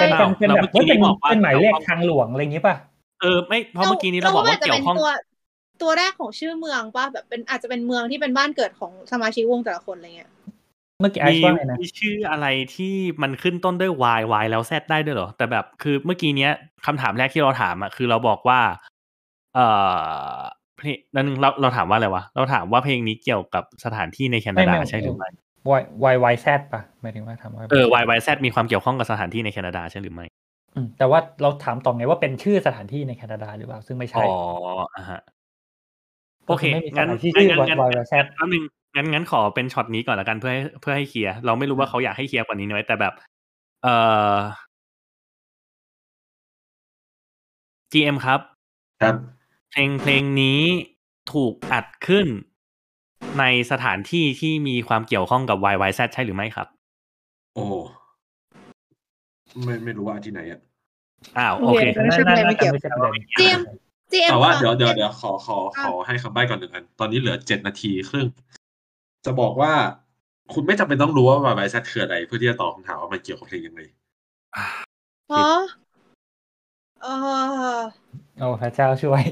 เป็น อ้าว เป็นแบบ เมื่ เฮ้ อย กี้ เป็น บอกว่า เป็นหมายเลขทางหลวงอะไรอย่างงี้ป่ะ เออไม่เพราะเมื่อกี้นี้เราบอกว่าเกี่ยวข้อง รว่าาจจะเป็นตัวตัวแรกของชื่อเมืองป่ะแบบเป็นอาจจะเป็นเมืองที่เป็นบ้านเกิดของสมาชิกวงแต่ละคนอะไรเงี้ย เมื่อกี้ไอ มี ซ์ว่าไงนะ มีชื่ออะไรที่มันขึ้นต้นด้วย y y แล้ว z ได้ด้วยเหรอ แต่แบบคือเมื่อกี้เนี้ยคำถามแรกที่เราถามอะคือเราบอกว่า เอ่อเพลงนั่นนึงเราเราถามว่าอะไรวะ เราถามว่าเพลงนี้เกี่ยวกับสถานที่ในแคนา ไม่ ดา ไม่ ใช่หรือไม่ Y Y Y Z ป่ะหมายถึงว่าถามว่า เออ y y z มีความเกี่ยวข้องกับสถานที่ในแคนาดาใช่หรือไม่ มแต่ว่าเราถามต่อไงว่าเป็นชื่อสถานที่ในแคนาดาหรือเปล่าซึ่งไม่ใช่ อ๋ออ่ะฮะ โอเค ไม่มีส งั้น ถานที่ งั้น ชื่อ งั้นงั้น บอยแซด แป๊บนึงงั้นงั้นขอเป็นช็อตนี้ก่อนละกันเพื่อให้เพื่อให้เคลียร์เราไม่รู้ว่าเขาอยากให้เคลียร์กว่านี้ไหมแต่แบบ เอ่อ GM ครับ ครับ เพลงเพลงนี้ถูกอัดขึ้นในสถานที่ที่มีความเกี่ยวข้องกับ YYZ ใช่หรือไม่ครับ โอ้ไม่ไม่รู้ว่าที่ไหนอะ อ้าว โอเค โอเค ไม่ใช่ประเด็นไม่เกี่ยว เตรียม GM แต่ว่า ฟัง เดี๋ยวเดี๋ยวเดี๋ยวขอขอขอให้คำใบ้ก่อนหนึ่งอัน ตอนนี้เหลือเจ็ดนาทีครึ่ง จะบอกว่า คุณไม่จำเป็นต้องรู้ว่าบายบายแซดคืออะไร เพื่อที่จะตอบคำถามว่ามันเกี่ยวกับเพลงยังไง เพราะเออ โอ้พระเจ้าช่วย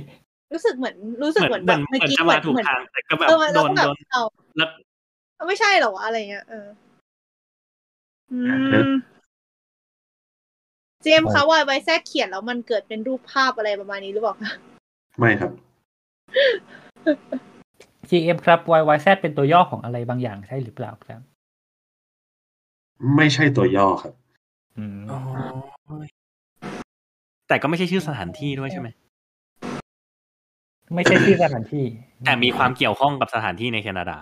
รู้สึกเหมือนรู้สึก เห เห มื มื อ อน นแบเหมือน บ เหมื เมื่อกี้อนเหมือจะมาน ถูก เหมือน ทางแต่ก็แบบ เออมัน โด แล้วก็แบนโด บ น เอา แล้ว ไม่ใช่เหรอวะอะไรเงี้ยเอออืมเจมส์คะวายไวแซกเขียนแล้วมันเกิดเป็นรูปภาพอะไรประมาณนี้หรือเปล่าคะ ไม่ครับ GM ครับ YYZ เป็นตัวย่อของอะไรบางอย่างใช่หรือเปล่าครับ ไม่ใช่ตัวย่อครับ อืม อ๋อแต่ก็ไม่ใช่ชื่อสถานที่ด้วยใช่ไหม ไม่ใช่ที่อสถานที่ แต่มีความเกี่ยวข้องกับสถานที่ในแคนาดา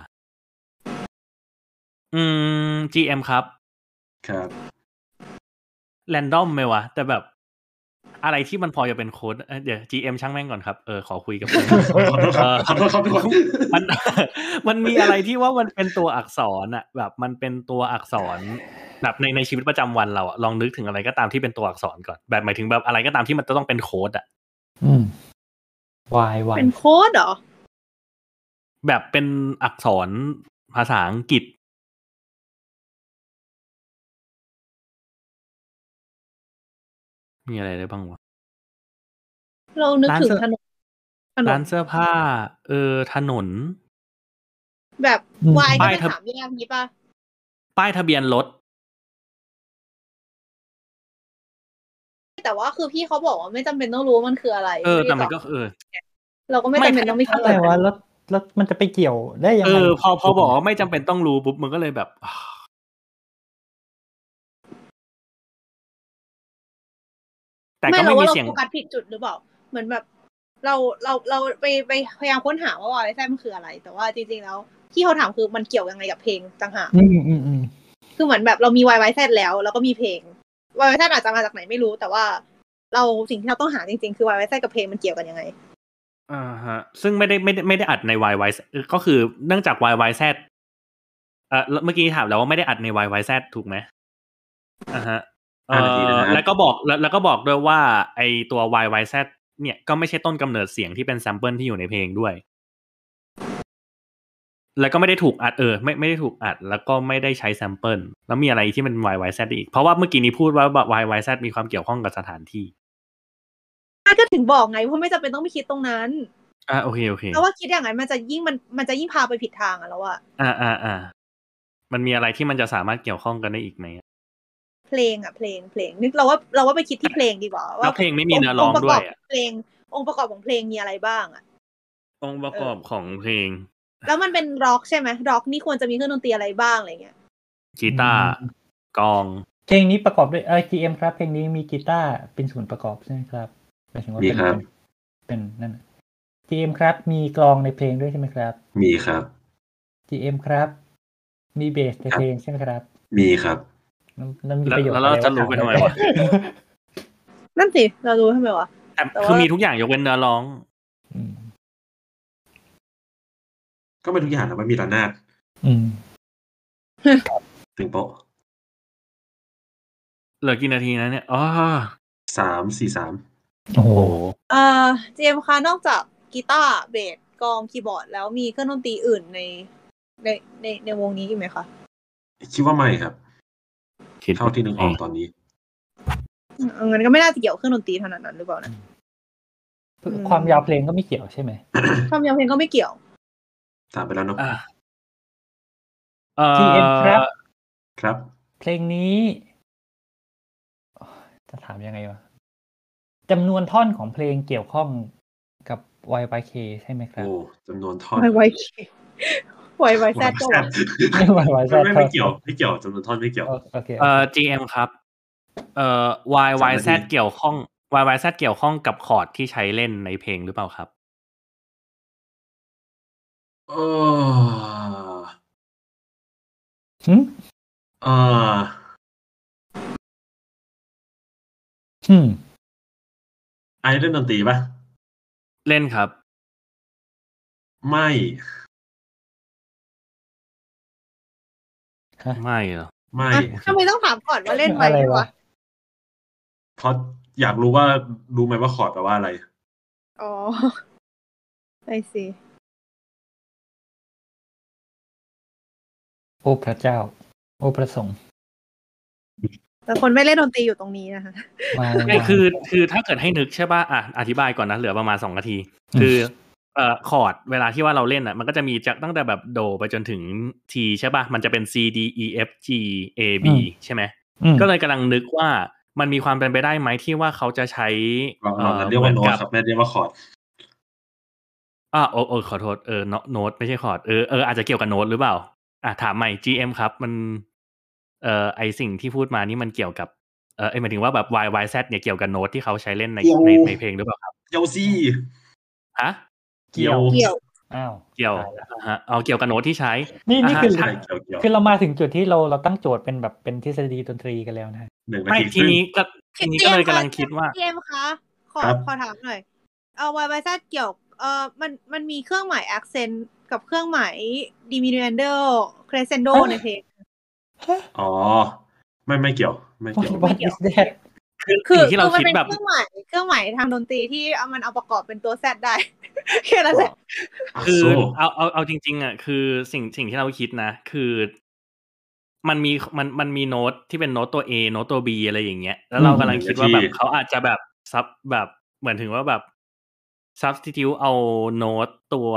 อืม GM ครับ ครับ แรนดอมไหมวะ แต่แบบ อะไรที่มันพอจะเป็นโค้ดเอ้ยเดี๋ยว GM ช่างแม่งก่อนครับ เออ ขอคุยกับข อโทษครับขอโทษครับทุกคน มัน มันมีอะไรที่ว่ามันเป็นตัวอักษรอะแบบมันเป็นตัวอักษร แบบในในชีวิตประจำวันเราอะลองนึกถึงอะไรก็ตามที่เป็นตัวอักษรก่อน แบบหมายถึงแบบอะไรก็ตามที่มันจะต้องเป็นโค้ดอะ อืม YY เป็นโค้ดเหรอ แบบเป็นอักษรภาษาอังกฤษ มีอะไรได้บ้างวะ เรานึกถึงถนนถน ร้าน นเสื้อผ้า เออ ถนน แบบ อืม วายก็ ป้าย เป็น ทะ สามแยกนี้ป่ะ ป้ายทะเบียนรถ แต่ว่าคือพี่เขาบอกว่าไม่จำเป็นต้องรู้ว่ามันคืออะไร เออ พี่ แต่มันก็ บ เออ เราก็ไม่จำเป็นต้องไม่ อะ เชื่ ไร อ วะแล้วแล้วมันจะไปเกี่ยวได้ยัง เอ ไง อ พอพอบอกว่าไม่จำเป็นต้องรู้ปุ๊บมันก็เลยแบบ แต่ก็ ไม่ ไม่ เราว่ามีเรา เสียง โฟกัสผิดจุดหรือเปล่า เหมือนแบบ เราเราเราไปไปพยายามค้นหาว่าวายแซ่มันคืออะไร แต่ว่าจริงๆแล้วที่เขาถามคือมันเกี่ยวยังไงกับเพลงต่างหาก อืมอืมอืม คือเหมือนแบบเรามีวายไวแซ่แล้ว แล้วก็มีเพลงวายไวแซ่อาจจะมาจากไหนไม่รู้ แต่ว่าเราสิ่งที่เราต้องหาจริงๆคือวายไวแซ่กับเพลงมันเกี่ยวกันยังไง อ่าฮะ ซึ่งไม่ได้ไม่ได้ไม่ได้อัดใน YY ก็คือเนื่องจาก YY แซดเออเมื่อกี้ถามแล้วว่าไม่ได้อัดใน YY แซดถูกไหมอ่าฮะเอ่ ห้านาทีนะ อ ฮะ แล้วก็บอกแล้วแล้วก็บอกด้วยว่า ไอตัว YY แซดเนี่ยก็ไม่ใช่ต้นกำเนิดเสียงที่เป็นแซมเปิลที่อยู่ในเพลงด้วย แล้วก็ไม่ได้ถูกอัดเออไม่ไม่ได้ถูกอัด แล้วก็ไม่ได้ใช้แซมเปิลแล้วมีอะไรที่มัน YY แซดอีก เพราะว่าเมื่อกี้นี้พูดว่า YY แซดมีความเกี่ยวข้องกับสถานที่ ก็ถึงบอกไงว่าไม่จำเป็นต้องไปคิดตรงนั้น อ่าโอเคโอเค เพราะว่าคิดอย่างนั้นมันจะยิ่งมันมันจะยิ่งพาไปผิดทางอะแล้วอะ อ่าอ่าอ่า มันมีอะไรที่มันจะสามารถเกี่ยวข้องกันได้อีกไหมอะ เพลงอะเพลงเพลงนึกเราว่าเราว่าไปคิดที่เพลงดีกว่า แล้ว ่าว เพลงไม่มีเนื้อร้อง ค์ประ ด้ ก ว อบ ยอะ เพลงองค์ประกอบของเพลงมีอะไรบ้างอะ องค์ประกอบของเพลง แล้วมันเป็นร็อกใช่ไหมร็อกนี่ควรจะมีเครื่องดนตรีอะไรบ้างอะไรเงี้ย กีตาร์กลอง เพลงนี้ประกอบด้วยเออ GM ครับ เพลงนี้มีกีตาร์เป็นส่วนประกอบใช่ไหมครับหมายถึงว่าเป็น มีครับ เป็นนั่นน่ะ GM ครับมีกลองในเพลงด้วยใช่ไหมครับ มีครับ GM ครับ มีเบสในเพลงใช่ไหมครับ มีครับ แล้วแล้วมี แล้ว ประโยชน์ แล้ว อ เรา ไ จะรู้ไปทำไมวะ นั่นสิเรารู้ทำไมวะ แต่ แต่ว่า คือมีทุกอย่างยกเว้นเนื้อร้อง อืม ก็ไม่ทุกอย่างนะมันมีระนาด อืม ถึงโป๊ะ เหลือกี่นาทีนะเนี่ยอ๋อ สามสี่สาม โอ้โห เอ่อเจมคะนอกจากกีตาร์เบสกลองคีย์บอร์ดแล้วมีเครื่องดนตรีอื่นในในในในวงนี้อีกไหมคะ คิดว่าไม่ครับ คิด เท่าที่นึกออกตอนนี้ เอองั้นก็ไม่น่าจะเกี่ยวกับเครื่องดนตรีเท่านั้นหรือเปล่านะ อืม ความยาวเพลงก็ไม่เกี่ยวใช่ไหม ความยาวเพลงก็ไม่เกี่ยว ถามไปแล้วเนอะ อ่ะเอ่อ GM ครับ ครับ เพลงนี้ จะถามยังไงวะจำนวนท่อนของเพลงเกี่ยวข้องกับ YYK ใช่ไหมครับ โอ้จำนวนท่อน ไวไว เคไวไวแซดก็วะ ไม่ไหวไหวแซ่ ไม่ บ ไม่ไม่เกี่ยวไม่เกี่ยวจำนวนท่อนไม่เกี่ยว โอโอเค เอ่อ GM ครับ เอ่อ YYZ สามนาที เกี่ยวข้อง YYZ เกี่ยวข้องกับคอร์ดที่ใช้เล่นในเพลงหรือเปล่าครับ เออ หึ เออ หึ ไอซ์เล่นดนตรีปะ เล่นครับ ไม่ ไม่เหรอ ไม่ อ่ะทำไมต้องถามก่อนว่าเล่นไหมด้วยวะ เพราะอยากรู้ว่ารู้ไหมว่าคอร์ดแปลว่าอะไร อ๋อ ไอซี โอ้พระเจ้า โอ้พระสงฆ์ แต่คนไม่เล่นดนตรีอยู่ตรงนี้นะคะ มา ไม่คือคือถ้าเกิดให้นึกใช่ป่ะอ่ะอธิบายก่อนนะเหลือประมาณสองนาที คือเอ่อคอร์ดเวลาที่ว่าเราเล่นอ่ะ มันก็จะมีจากตั้งแต่แบบโดไปจนถึงทีใช่ป่ะ มันจะเป็น C D E F G A B ใช่ไหม ม ก็เลยกำลังนึกว่ามันมีความเป็นไปได้ไหมที่ว่าเขาจะใช้ เรา อ่ เรา อ เรียกว่าโน้ ห ต มือ ครับไม่เรียกว่าคอร์ด อ่ะโอ้โอ้ขอโทษเออโนโน้ตไม่ใช่คอร์ดเออเอออาจจะเกี่ยวกับโน้ตหรือเปล่า อ่ะถามใหม่ G M ครับ มันเอ่อไอสิ่งที่พูดมานี่มันเกี่ยวกับเออเอ้ยหมายถึงว่าแบบ Y Y Z เนี่ยเกี่ยวกับโน้ตที่เขาใช้เล่นใน เกี่ยว ในในเพลงหรือเปล่าครับ เกียวซี่ ฮะ เกียว เกี่ยว อ้าว เกี่ยวฮะเอาเกี่ยวกับโน้ตที่ใช้ นี่นี่คือ ใช่ ใช่เกียวเกียว คือเรามาถึงจุดที่เราเราตั้งโจทย์เป็นแบบเป็นทฤษฎีดนตรีกันแล้วนะ หนึ่งนา ไม่ ทีค ที รึ่ง นี้ก็ทีนี้ก็เลยกำลังคิดว่า พี่เอ็มคะขอ ครับ ขอถามหน่อย เออวายไวซัเกี่ยว เออมันมันมีเครื่องหมาย accent กับเครื่องหมาย diminuendo crescendo ฮะ ในเพลง อ๋อ ไม่ไม่เกี่ยว ไม่เกี่ยว What is that คือ คือ สิ่งที่เรา มั คิด เป็น แบบ เครื่องหมายเครื่องหมายทางดนตรีที่เอามันเอาประกอบเป็นตัวแซดได้ แค่นั้นแหละ คือ สู้ เอาเอาเอาจริง ๆอ่ะคือสิ่งสิ่งที่เราคิดนะ คือ มันมีมันมันมีโน้ตที่เป็นโน้ตตัว A โน้ตตัว B อะไรอย่างเงี้ยแล้วเรากำลังคิดว่าแบบเขาอาจจะแบบซับแบบเหมือนถึงว่าแบบ substitute เอาโน้ตตัว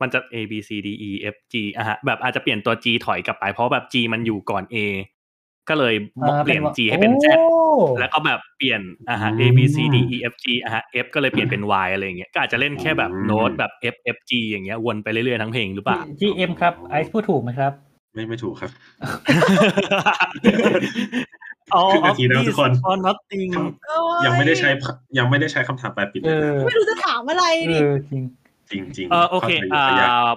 มันจะ A B C D E F G อ่ะฮะแบบอาจจะเปลี่ยนตัว G ถอยกลับไปเพราะแบบ G มันอยู่ก่อน A ก็เลย อ่า เปลี่ยน ว่า G ให้เป็น Z โอ้ แล้วก็แบบเปลี่ยนอ่ะฮะ A B C D E F G อ่ะฮะ F ก็เลยเปลี่ยนเป็น Y อะไรอย่างเงี้ยก็อาจจะเล่นแค่แบบโน้ตแบบ F F G อย่างเงี้ยวนไปเรื่อยๆทั้งเพลงหรือเปล่า จีเอ็มครับไอซ์พูดถูกไหมครับ ไม่ไม่ถูกครับ All ครึ่งนา of ทีแล้วทุก these คน or nothing โอ้ ยังไม่ได้ใช้ยังไม่ได้ใช้คำถามปลายปิด เอ เลย อ ไม่รู้จะถามอะไร เอ ดิ อจริง จริงจริง เออโอเค ข้ อ่ ใจยาก า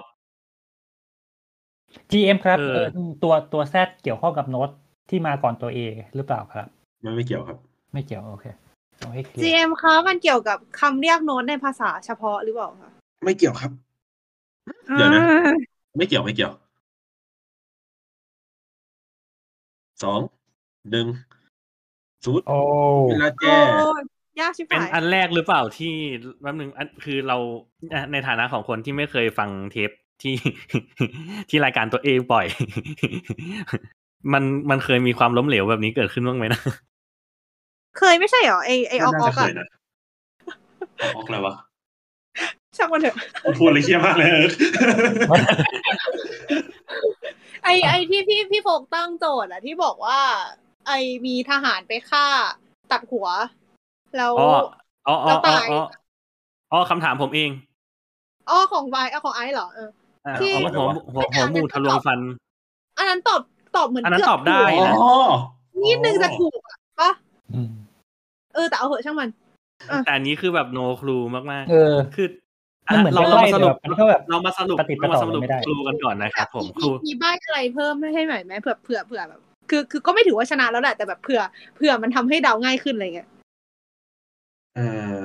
GM ครับ เออ เอ่อตัวตัวแซดเกี่ยวข้องกับโน้ตที่มาก่อนตัว A หรือเปล่าครับ ไม่ไม่เกี่ยวครับ ไม่เกี่ยวโอเคเอาให้เคลี จี ยร์ เอ็มคะมันเกี่ยวกับคำเรียกโน้ตในภาษาเฉพาะหรือเปล่าคะ ไม่เกี่ยวครับ เดี๋ยวนะ อ่า ไม่เกี่ยวไม่เกี่ยวสองหนึ่งศูนย์ โอ้ เวลาแจ โอ้ยยากชิบ เป็น หาย อันแรกหรือเปล่าที่แป๊บนึงอันคือเราในฐานะของคนที่ไม่เคยฟังเทปที่ ที่รายการตัวเองปล่อย มันมันเคยมีความล้มเหลวแบบนี้เกิดขึ้นบ้างไหมนะ เคยไม่ใช่เหรอไอไอออกออกอะ ออกอะไรวะ ช่างมันเถอะ พูดเลยเที่ยมากเลย ไอไอที่พี่พี่โฟกตั้งโจทย์อะที่บอกว่า ไอมีทหารไปฆ่า ตัดหัว แล้ว อ๋ออ๋ออ๋อ แล้วตาย อ๋ออ๋อคำถามผมเอง อ้อของไวเอาของไอซ์เหรอเออ อ่า ที่ เอาหัวหัวหัวหมูทะลวง ฟัน อันนั้นตอบตอบเหมือน อันนั้น เกื ตอบได้ ถูก นะ อ๋อ นิดนึงจะถูกอะปะ อืม เออแต่เอาเหอะช่างมัน แต่อันนี้คือแบบโนครูมาก เออ ๆ คือ มันเหมือน เรา จะ เรา ไล่ มาสรุป แต่แบบมันก็แบบ เรามาสรุป ปฏิป เรา ต่ มา อ สรุป ไม่ได้ ครูกันก่อนนะครับผม แบบ ครู มีมีใบ้อะไรเพิ่มให้ไหมไหมเผื่อเผื่อเผื่อแบบ คือคือก็ไม่ถือว่าชนะแล้วแหละแต่แบบเผื่อเผื่อมันทำให้เดาง่ายขึ้นอะไรเงี้ย เออ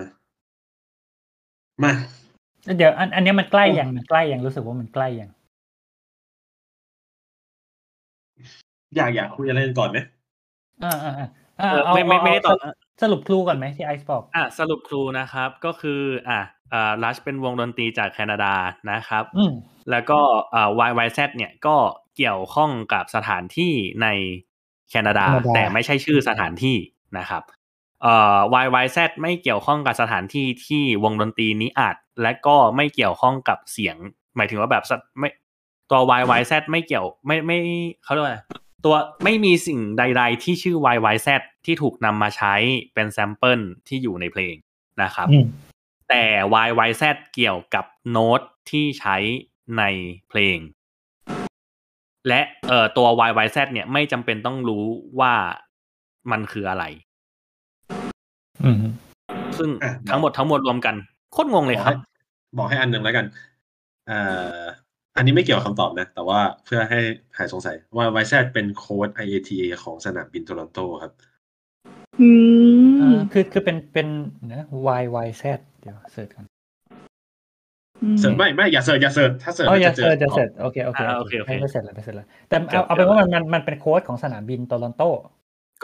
มา เดี๋ยวอันอันเนี้ยมันใกล้อย่างมันใกล้อย่างรู้สึกว่ามันใกล้อย่าง อยากอยากคุยอะไรกันก่อนไหม อ่าอ่าอ่าอ่า เออ เอา ไม่ไม่ เอา ไม่ได้ตอบ เอาสรุปครูก่อนไหมที่ไอซ์บอก อ่ะสรุปครูนะครับก็คืออ่ะอ่าลัชเป็นวงดนตรีจากแคนาดานะครับ อืม แล้วก็อ่า YYZ เนี่ยก็เกี่ยวข้องกับสถานที่ในแคนาดา แต่ไม่ใช่ชื่อสถานที่นะครับเอ่อ YYZ ไม่เกี่ยวข้องกับสถานที่ที่วงดนตรีนี้อัดและก็ไม่เกี่ยวข้องกับเสียง หมายถึงว่าแบบสัตว์ไม่ตัว YYZ ไม่เกี่ยวไม่ไม่เขาเรียกว่าอะไรตัวไม่มีสิ่งใด ๆ ที่ชื่อ YYZ ที่ถูกนำมาใช้เป็นแซมเปิลที่อยู่ในเพลงนะครับ อืม แต่ YYZ เกี่ยวกับโน้ตที่ใช้ในเพลง และเอ่อตัว YYZ เนี่ยไม่จำเป็นต้องรู้ว่ามันคืออะไร อืม ซึ่ง อ่ะ ทั้งหมดทั้งมวลรวมกัน โคตรงงเลยครับอกบให้บอกให้อันหนึ่งแล้วกัน อ่าอันนี้ไม่เกี่ยวกับคำตอบนะ แต่ว่าเพื่อให้หายสงสัยว่า y z เป็นโค้ด IATA ของสนามบินโตรอนโตครับ อื อ่ มา คือคือเป็นเป็นนะ y y z เดี๋ยวเสิร์ชกัน เสิร์ชไม่ไม่อย่าเสิร์ชอย่าเสิร์ชถ้าเสิร์ช อ๋อ แล้ว อ จะ ย่า เจ เสิ อ ร์ชอย่าเสิร์ชโอเคโอเค อ่าโอเคโอเค ให้ไม่เสร็จแล้วไม่เสร็จแล้ว แต่เอาเอาเป็นว่ามันมันมันเป็นโค้ดของสนามบินโตลอนโต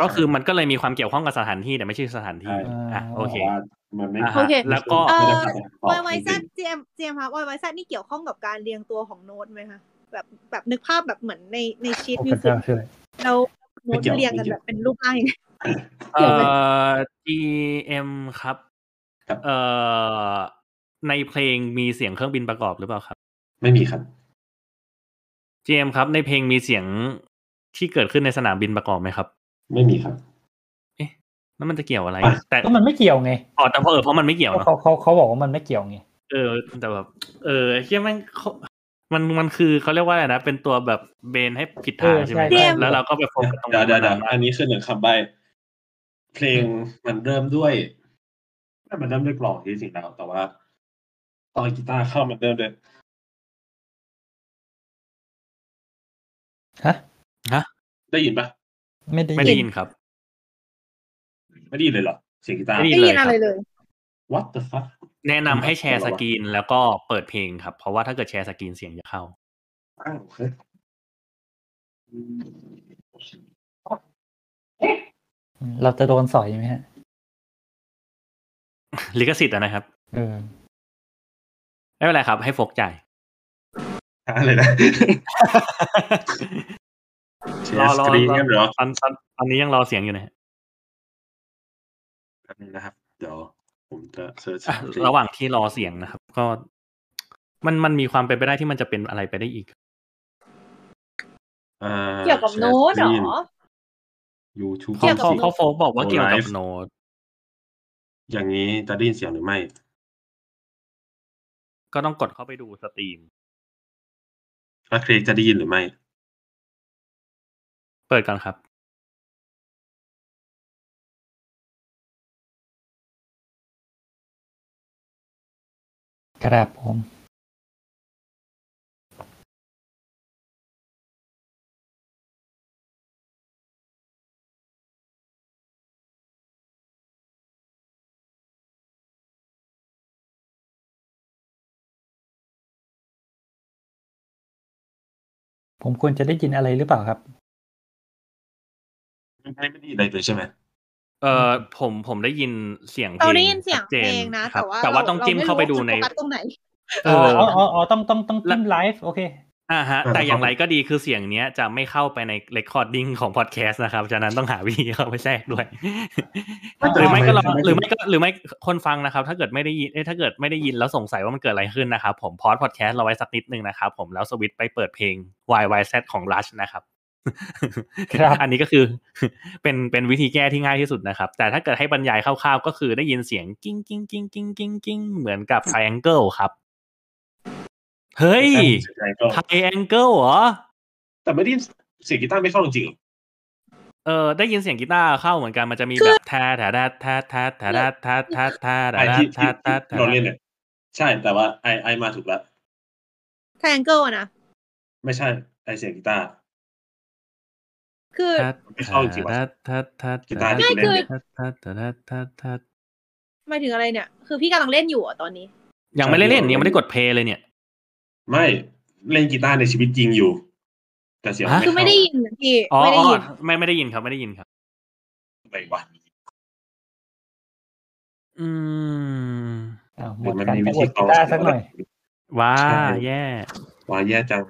ก็คือมันก็เลยมีความเกี่ยวข้องกับสถานที่แต่ไม่ใช่สถานที่ ใช่ อ่ะโอเค แต่ว่ามันไม่ อ่าฮะ โอเค แล้วก็ เอ่อ ไม่ได้ตอบ วายวาย จ ซั ริ ด ง เจมเจมคะวายวายซัดนี่เกี่ยวข้องกับการเรียงตัวของโน้ตไหมคะแบบแบบนึกภาพแบบเหมือนในในชีต โอ้ มิว พระ สิก เจ้าช่วย แล้วโน้ตเรียงกันแบบเป็นรูปร่างยังไง เอ่ เกี่ยวไหม อ GM ครับเอ่อในเพลงมีเสียงเครื่องบินประกอบหรือเปล่าครับ ๆไม่มีครับ GM ครับในเพลงมีเสียงที่เกิดขึ้นในสนามบินประกอบไหมครับ ไม่มีครับ แล้วมันจะเกี่ยวอะไร อ่ะ แต่ ก็มันไม่เกี่ยวไง อ๋อแต่เพราะเออเพราะมันไม่เกี่ยว ก็ เนอะ เขาเขาเขาบอกว่ามันไม่เกี่ยวไง เออแต่แบบเออเชี่ยแมันมันมันคือเขาเรียกว่าอะไรนะเป็นตัวแบบเบนให้ผิดทางใช่ไหม เออใช่ แล้วเราก็ไปโฟกัสตรง เดี๋ยว นั้น เดี๋ยวเดี๋ยว มาก อันนี้คือหนึ่งคำใบ เพลงมันเริ่มด้วยมันเริ่มด้วยกลองที่จริงแล้วแต่ว่า ตอนกีตาร์เข้ามันเริ่มด้วย ฮะ ได้ยินปะ ไม่ได้ ไม่ได้ยินครับ ไม่ได้ยินเลยเหรอเสียงกีตาร์ ไม่ได้ ไม่ยินอะไรเลย What the fuck แนะนำให้แชร์สกรีนแล้วก็เปิดเพลงครับ เพราะว่าถ้าเกิดแชร์สกรีนเสียงจะเข้า อ้าวโอเค เราจะโดนสอยไหมฮะ ลิขสิทธิ์อะนะครับ เออ ไม่เป็นไรครับ ให้โฟกใจาย อะไรนะแช รอ ร์ส รอก รีน รอ กันเหรอ ตอนตอนตอนนี้ยังรอเสียงอยู่นะ ฮะ แป๊บนึงนะครับ เดี๋ยวผมจะเซิร์ช อ่ะระหว่างที่รอเสียงนะครับ ก็ มันมันมีความเป็นไปได้ที่มันจะเป็นอะไรไปได้อีก อ่า เกี่ยวกับโน้ตเหร share screen อ YouTube เกี่ เขา ยวกับโน้ตเขาเขาโฟกบอกว่าเกี่ยวกับโน้ต อย่างนี้จะได้ยินเสียงหรือไม่ ก็ต้องกดเข้าไปดูสตรีม แล้วเครกจะได้ยินหรือไม่ เปิดก่อนครับ ครับผมผมควรจะได้ยินอะไรหรือเปล่าครับ ไม่ไม่ได้ยินอะไรเลยใช่ไหม เออผมผมได้ยินเสียง เราได้ยินเสียง ชัดจ เพลงนะ ครับ แต่ว่า แต่ว่าต้อง ร จิ้มเข้าไปดูใน รม่รู้ว่าจะโฟกัสตรงไหน เอออ๋ออ๋ออ๋ออ๋อต้องต้องต้องจิ้มไลฟ์โอเค อ่าฮะ แต่อย่างไรก็ดีคือเสียงเนี้ย จะไม่เข้าไปใน recording ของ podcast นะครับ ฉะนั้นต้องหาวิธีเข้าไปแทรกด้วย หรือไม่ ก็ลองหรือไม่ก็หรือไม่คนฟังนะครับ ถ้าเกิดไม่ได้ยินเอ้ยถ้าเกิดไม่ได้ยินแล้วสงสัยว่ามันเกิดอะไรขึ้นนะครับ ผมพอดพอดแคสต์เราไว้สักนิดนึงนะครับ ผมแล้วสวิตช์ไปเปิดเพลง Y Y Z ของ Rush นะครับ ครับ อันนี้ก็คือ เป็นเป็นวิธีแก้ที่ง่ายที่สุดนะครับ แต่ถ้าเกิดให้บรรยายคร่าวๆ ก็คือได้ยินเสียงกิ้งกิ้งกิ้งกิ้งกิ้งกิ้งเหมือนกับ triangle ครับเฮ้ย เสียงก็ triangle เหรอ แต่ไม่ได้ยินเสียงกีตาร์ไม่เข้าจริงๆเหรอ เออได้ยินเสียงกีตาร์เข้าเหมือนกันมันจะมีแบบแทาแทาแทาแทาแทาแทาแทาแทาแทาแทาแทา ไอ้ที่ที่ แทาแทาแทา เราเล่นเนี่ยใช่แต่ว่าไอไอมาถูกแล้ว t ท i แองเกิลนะ ไม่ใช่ไอเสียงกีตาร์ คือ ไม่เข้าจริงวะ แทาแทา กีตาร์ที่ ไม่ กูเล่น คือ เนี่ย แทาแทาแทาแทาแทา หมายถึงอะไรเนี่ย คือพี่กำลังเล่นอยู่อ่ะตอนนี้ ยังไม่ได้เล่น ใช่ ยังไม่ได้กดเพลย์เลยเนี่ย ไม่เล่นกีตาร์ในชีวิตจริงอยู่ แต่เสียงน ฮะ คือไม่ เข้า ได้ยินนะพี่ อ๋อ ไม่ได้ อ๋อ ยิน ไม่ไม่ได้ยินครับไม่ได้ยินครับ ไปวะ อืม อ้าวห ห ม รือ ด มัน การ มีวิประกว ธี ดกีตาร์สักหน่อย ว้าแย่ ว่าแย่จัง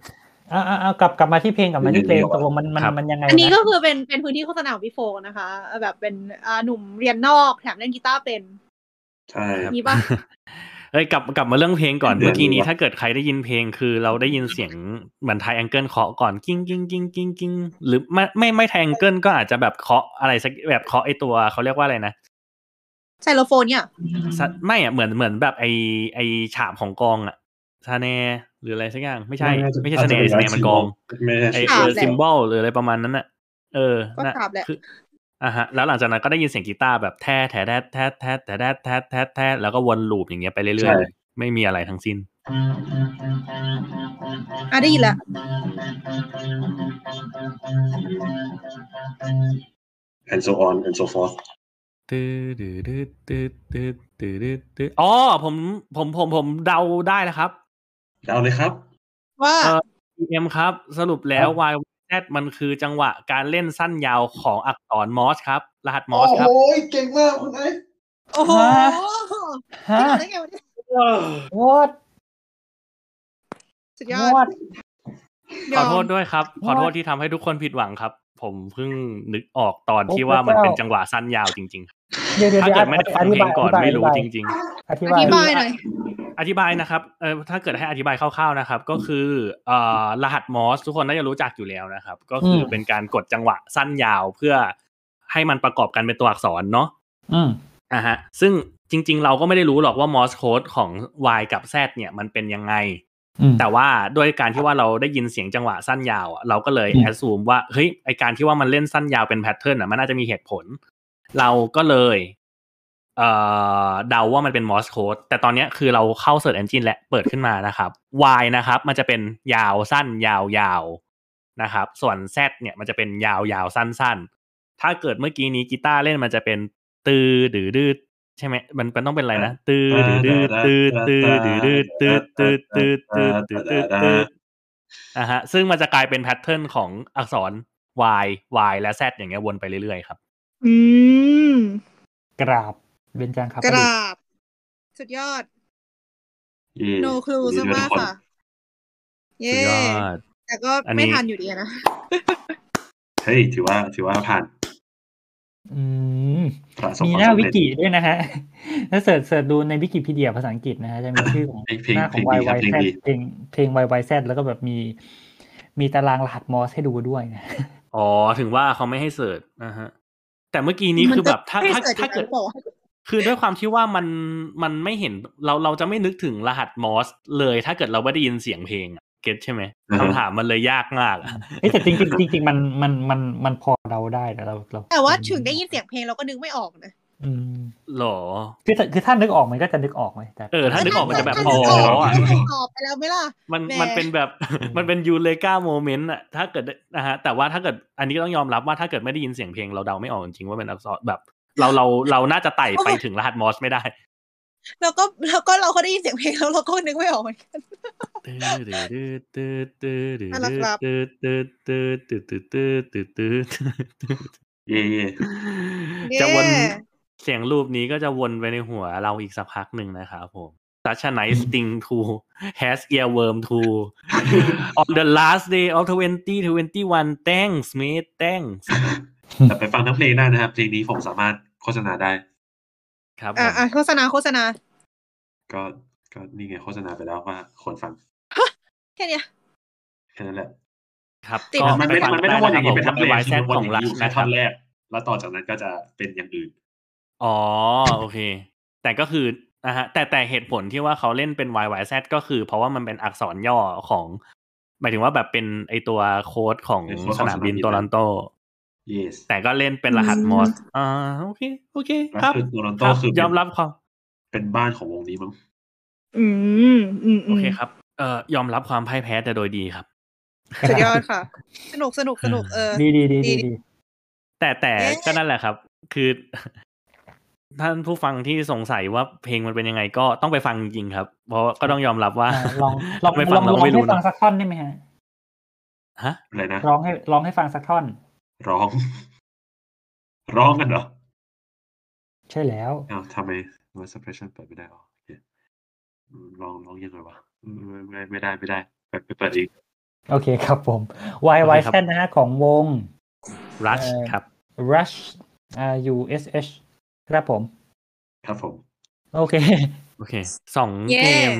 อ้าวอ้าวอ้าวกลับกลับมาที่เพลงกลับมาที่เพลงตกลงมันมัน ครับ มันยังไง อันนี้ ะ ก็คือเป็นเป็นพื้นที่โฆษณาของพี่โฟนะคะแบบเป็นอ่าหนุ่มเรียนนอกแถมเล่นกีตาร์เป็น ใช่ครับ มีปะ เอ้ยกลับกลับมาเรื่องเพลงก่อน เดี๋ยว เมื่อกี้ดีกนี้ว่า ถ้าเกิดใครได้ยินเพลงคือเราได้ยินเสียงเหมือนไทแองเกิลเคาะก่อนกิ้งกิ้งกิ้งกิ้งกิ้งหรือไม่ไม่ไม่ไทแองเกิลก็อาจจะแบบเคาะอะไรสักแบบเคาะไอตัวเขาเรียกว่าอะไรนะ ไซโลโฟนเนี่ย ซะไม่อ่ะเหมือนเหมือนแบบไอไอฉาบของกองอ่ะซาแนหรืออะไรสักอย่างไม่ใช่ ไม่ใช่ซาแนซาแนมันกอง ไม่ใช่ ไอ ใช่ เอ ฉาบแหอละ ซิมบอลหรืออะไรประมาณนั้นน่ะ เออ ก็ฉาบแหละ คืออ่ะฮะแล้วหลังจากนั้นก็ได้ยินเสียงกีตาร์แบบแท้แท้แท้แท้แท้แท้แท้แท้แท้แล้วก็วนลูปอย่างเงี้ยไปเรื่อยๆเลยไม่มีอะไรทั้งสิ้น อ่ะได้ยินละ แอนโซออนแอนโซฟอร์ ตืดตืดตืดตืดตืดตืดตืดอ๋อผมผมผมผมเดาได้แล้วครับ เอาเลยครับ ว่า เออ EM ครับ สรุปแล้ว Y Z มันคือจังหวะการเล่นสั้นยาวของอักษรมอสครับ รหัสมอสครับ โอ้ยเก่งมากคุณไอ้ โอ้โห ฮะ ได้ไงวะเนี่ย what สุดยอ what ดย ข ม อโทษด้วยครับ ขอโทษที่ทำให้ทุกคนผิดหวังครับ ผมเพิ่งนึกออกตอนที่ว่ามันเป็นจังหวะสั้นยาวจริง เดี๋ยๆวเดี๋ยว ถ้า เดี๋เกิยวดไม่ได้ฟังเพลงก่อนไม่รู้จริง ๆ ออบธิาย ธิบายหน่อย อธิบายนะครับ เออถ้าเกิดให้อธิบายคร่าวๆนะครับ ก็คือเอ่อรหัสมอสทุกคนน่าจะรู้จักอยู่แล้วนะครับ ก็คือเป็นการกดจังหวะสั้นยาวเพื่อให้มันประกอบกันเป็นตัวอักษรเนาะ อืม อ่ะฮะ ซึ่งจริง ๆ เราก็ไม่ได้รู้หรอกว่ามอสโค้ดของ Y กับ Z เนี่ยมันเป็นยังไง อืม แต่ว่าด้วยการที่ว่าเราได้ยินเสียงจังหวะสั้นยาวอะเราก็เลย อืม แอ s ซูมว่า เฮ้ย ไอการที่ว่ามันเล่นสั้นยาวเป็นแพทเทิร์นอ่ะ มันน่าจะมีเหตุผล เราก็เลย เอ่อ เดาว่ามันเป็นมอสโค้ดแต่ตอนเนี้ยคือเราเข้า Search Engine และเปิดขึ้นมานะครับ Y นะครับ มันจะเป็นยาวสั้นยาวยาวนะครับ ส่วน Z เนี่ยมันจะเป็นยาวยาวสั้นสั้นถ้าเกิดเมื่อกี้นี้กีตาร์เล่นมันจะเป็นตือหรือดืดใช่ไหมมันมันต้องเป็นอะไรนะตือหรือดืดตือตือหรือดืดตือตือตือตือตือตือตืออ่ะฮะ ซึ่งมันจะกลายเป็นแพทเทิร์นของอักษร y y และ z อย่างเงี้ยวนไปเรื่อยๆครับ อืม กราบเบญจางครับ กราบ สุดยอด เย่ no clue ยิ ซะ นดีด้วย มาก ทุกคน ค่ะ สุ เย้ ดยอด แต่ก็ อันนี้ ไม่ทันอยู่ดีอะนะ เฮ้ยถือว่าถือว่าผ่าน อืม ประสบ มี ความหน้า สำ วิ เร็จ กิด้วยนะฮ ะ ถ้าเสิร์ชเสิร์ชดูในวิกิพีเดียภาษาอังกฤษนะฮะ จะมีชื่อของ เพลงเพลง หน้าของ เพล y งดีครับเพล y ง z ดี เพลงเพลง y y z แล้วก็แบบมี มีตารางรหัสมอสให้ดูด้วยนะ อ๋อ ถึงว่าเขาไม่ให้เสิร์ชนะฮะ แต่เมื่อกี้นี้คือแบบถ้า มันจะถ้าถ้าเกิด ให้สิร์ชอย่งนั้นหรือปล่าวะ คือด้วยความที่ว่ามันมันไม่เห็นเราเราจะไม่นึกถึงรหัสมอสเลยถ้าเกิดเราไม่ได้ยินเสียงเพลงอะเก็ตใช่ไหม อือฮึ คำถามมันเลยยากมากอะ เอ้ยแต่จริงจริงๆจริงๆมันมันมันมันพอเดาได้แต่เราเรา แต่ว่าถึงได้ยินเสียงเพลงเราก็นึกไม่ออกนะ อืม หรอ คือถ้าคือถ้านึกออกมันก็จะนึกออกไหมแต่ เออ ถ้านึกออกมันจะแบบ ถ้า อ๋ นึ อก ออกตอบอะไปแล้วไหม่ล่ะ มัน แหม มันเป็นแบบ มันเป็นยูเลกาโมเมนต์อะถ้าเกิดนะฮะแต่ว่าถ้าเกิดอันนี้ก็ต้องยอมรับว่าถ้าเกิดไม่ได้ยินเสียงเพลงเราเดาไม่ออกจริงๆว่าเป็นอักษรแบบ เราเราเราน่าจะไต่ไปถึงรหัสมอสไม่ได้ แล้วก็แล้วก็เราก็ได้ยินเสียงเพลงแล้วเราก็นึกไม่ออกเหมือนกัน ตือตือตือตือตือตือ น่ารักครับ ตือตือตือตือตือตือตือตือตือ เย่ เย่ จะวน เย้ เสียงรูปนี้ก็จะวนไปในหัวเราอีกสักพักหนึ่งนะครับผม Such a nice thing to has earworm to on the last day of 2021 thanks mate thanks แต่ไปฟังทั้งเพลงได้นะครับ เพลงนี้ผมสามารถโฆษณาได้ ครับผม อ่ะอ่ะโฆษณาโฆษณา ก็ก็นี่ไงโฆษณาไปแล้วว่าควรฟัง แค่เนี้ย แค่นั้นแหละ ครับ ติด ก็ มันไม่ ปฟั มันไม่ต้องวนอย่างนี้เป็น ด้ ทั้งเพลง ะครับผ มั ม YZ ข น อง วน รั อกย่างนี้อยู่แค่ นะค ท่ รั อบ นแรก แล้วต่อจากนั้นก็จะเป็นอย่างอื่น อ๋อโอเค แต่ก็คือนะฮะแต่แต่เหตุผลที่ว่าเขาเล่นเป็น y y z ก็คือ เพราะว่ามันเป็นอักษรย่อของ หมายถึงว่าแบบเป็นไอตัวโค้ดของ เป็นโค้ด ส ของ นามสนามบินบิน โตลอนโต yes แต่ก็เล่นเป็นรหัส อืม มอสอ่าโอเค โอเค แล้ว ครับ คือโตลอนโต ครับ คือเป็น ยอมรับความ เป็นบ้านของวงนี้มั้ง อืมอืม โอเคครับเอ่อยอมรับความพ่ายแพ้แต่โดยดีครับ สุดยอดค่ะ สนุกสนุกสนุกเออ ดีดีดีดีดี แต่แต่ เอ๊ะ ก็นั่นแหละครับ คือ ท่านผู้ฟังที่สงสัยว่าเพลงมันเป็นยังไงก็ต้องไปฟังจริงๆครับ เพราะก็ต้องยอมรับว่า อ่ะลองลอง ไม่ ล ฟั อง งล เรา อง ไม่ ให้ รู้ ฟัง นะ สักท่อนได้ไหมฮะ ฮะ อะไรนะ ร้องให้ร้องให้ฟังสักท่อน ร้อง ร้องกันเหรอ ใช่แล้ว เอ้าทำไม noise suppression เปิดไม่ได้อ๋อโอเคอืมร้องร้องยังไงวะอืมไม่ไม่ไม่ได้ไม่ได้ไปไปเปิดเอง โอเคครับผม Y โอ Y เคครับ Z นะฮะของวง รัช เอ่อ ครับ Rush R U S H ครับผม ครับผม โอเค โอเคสอง เย้ เกม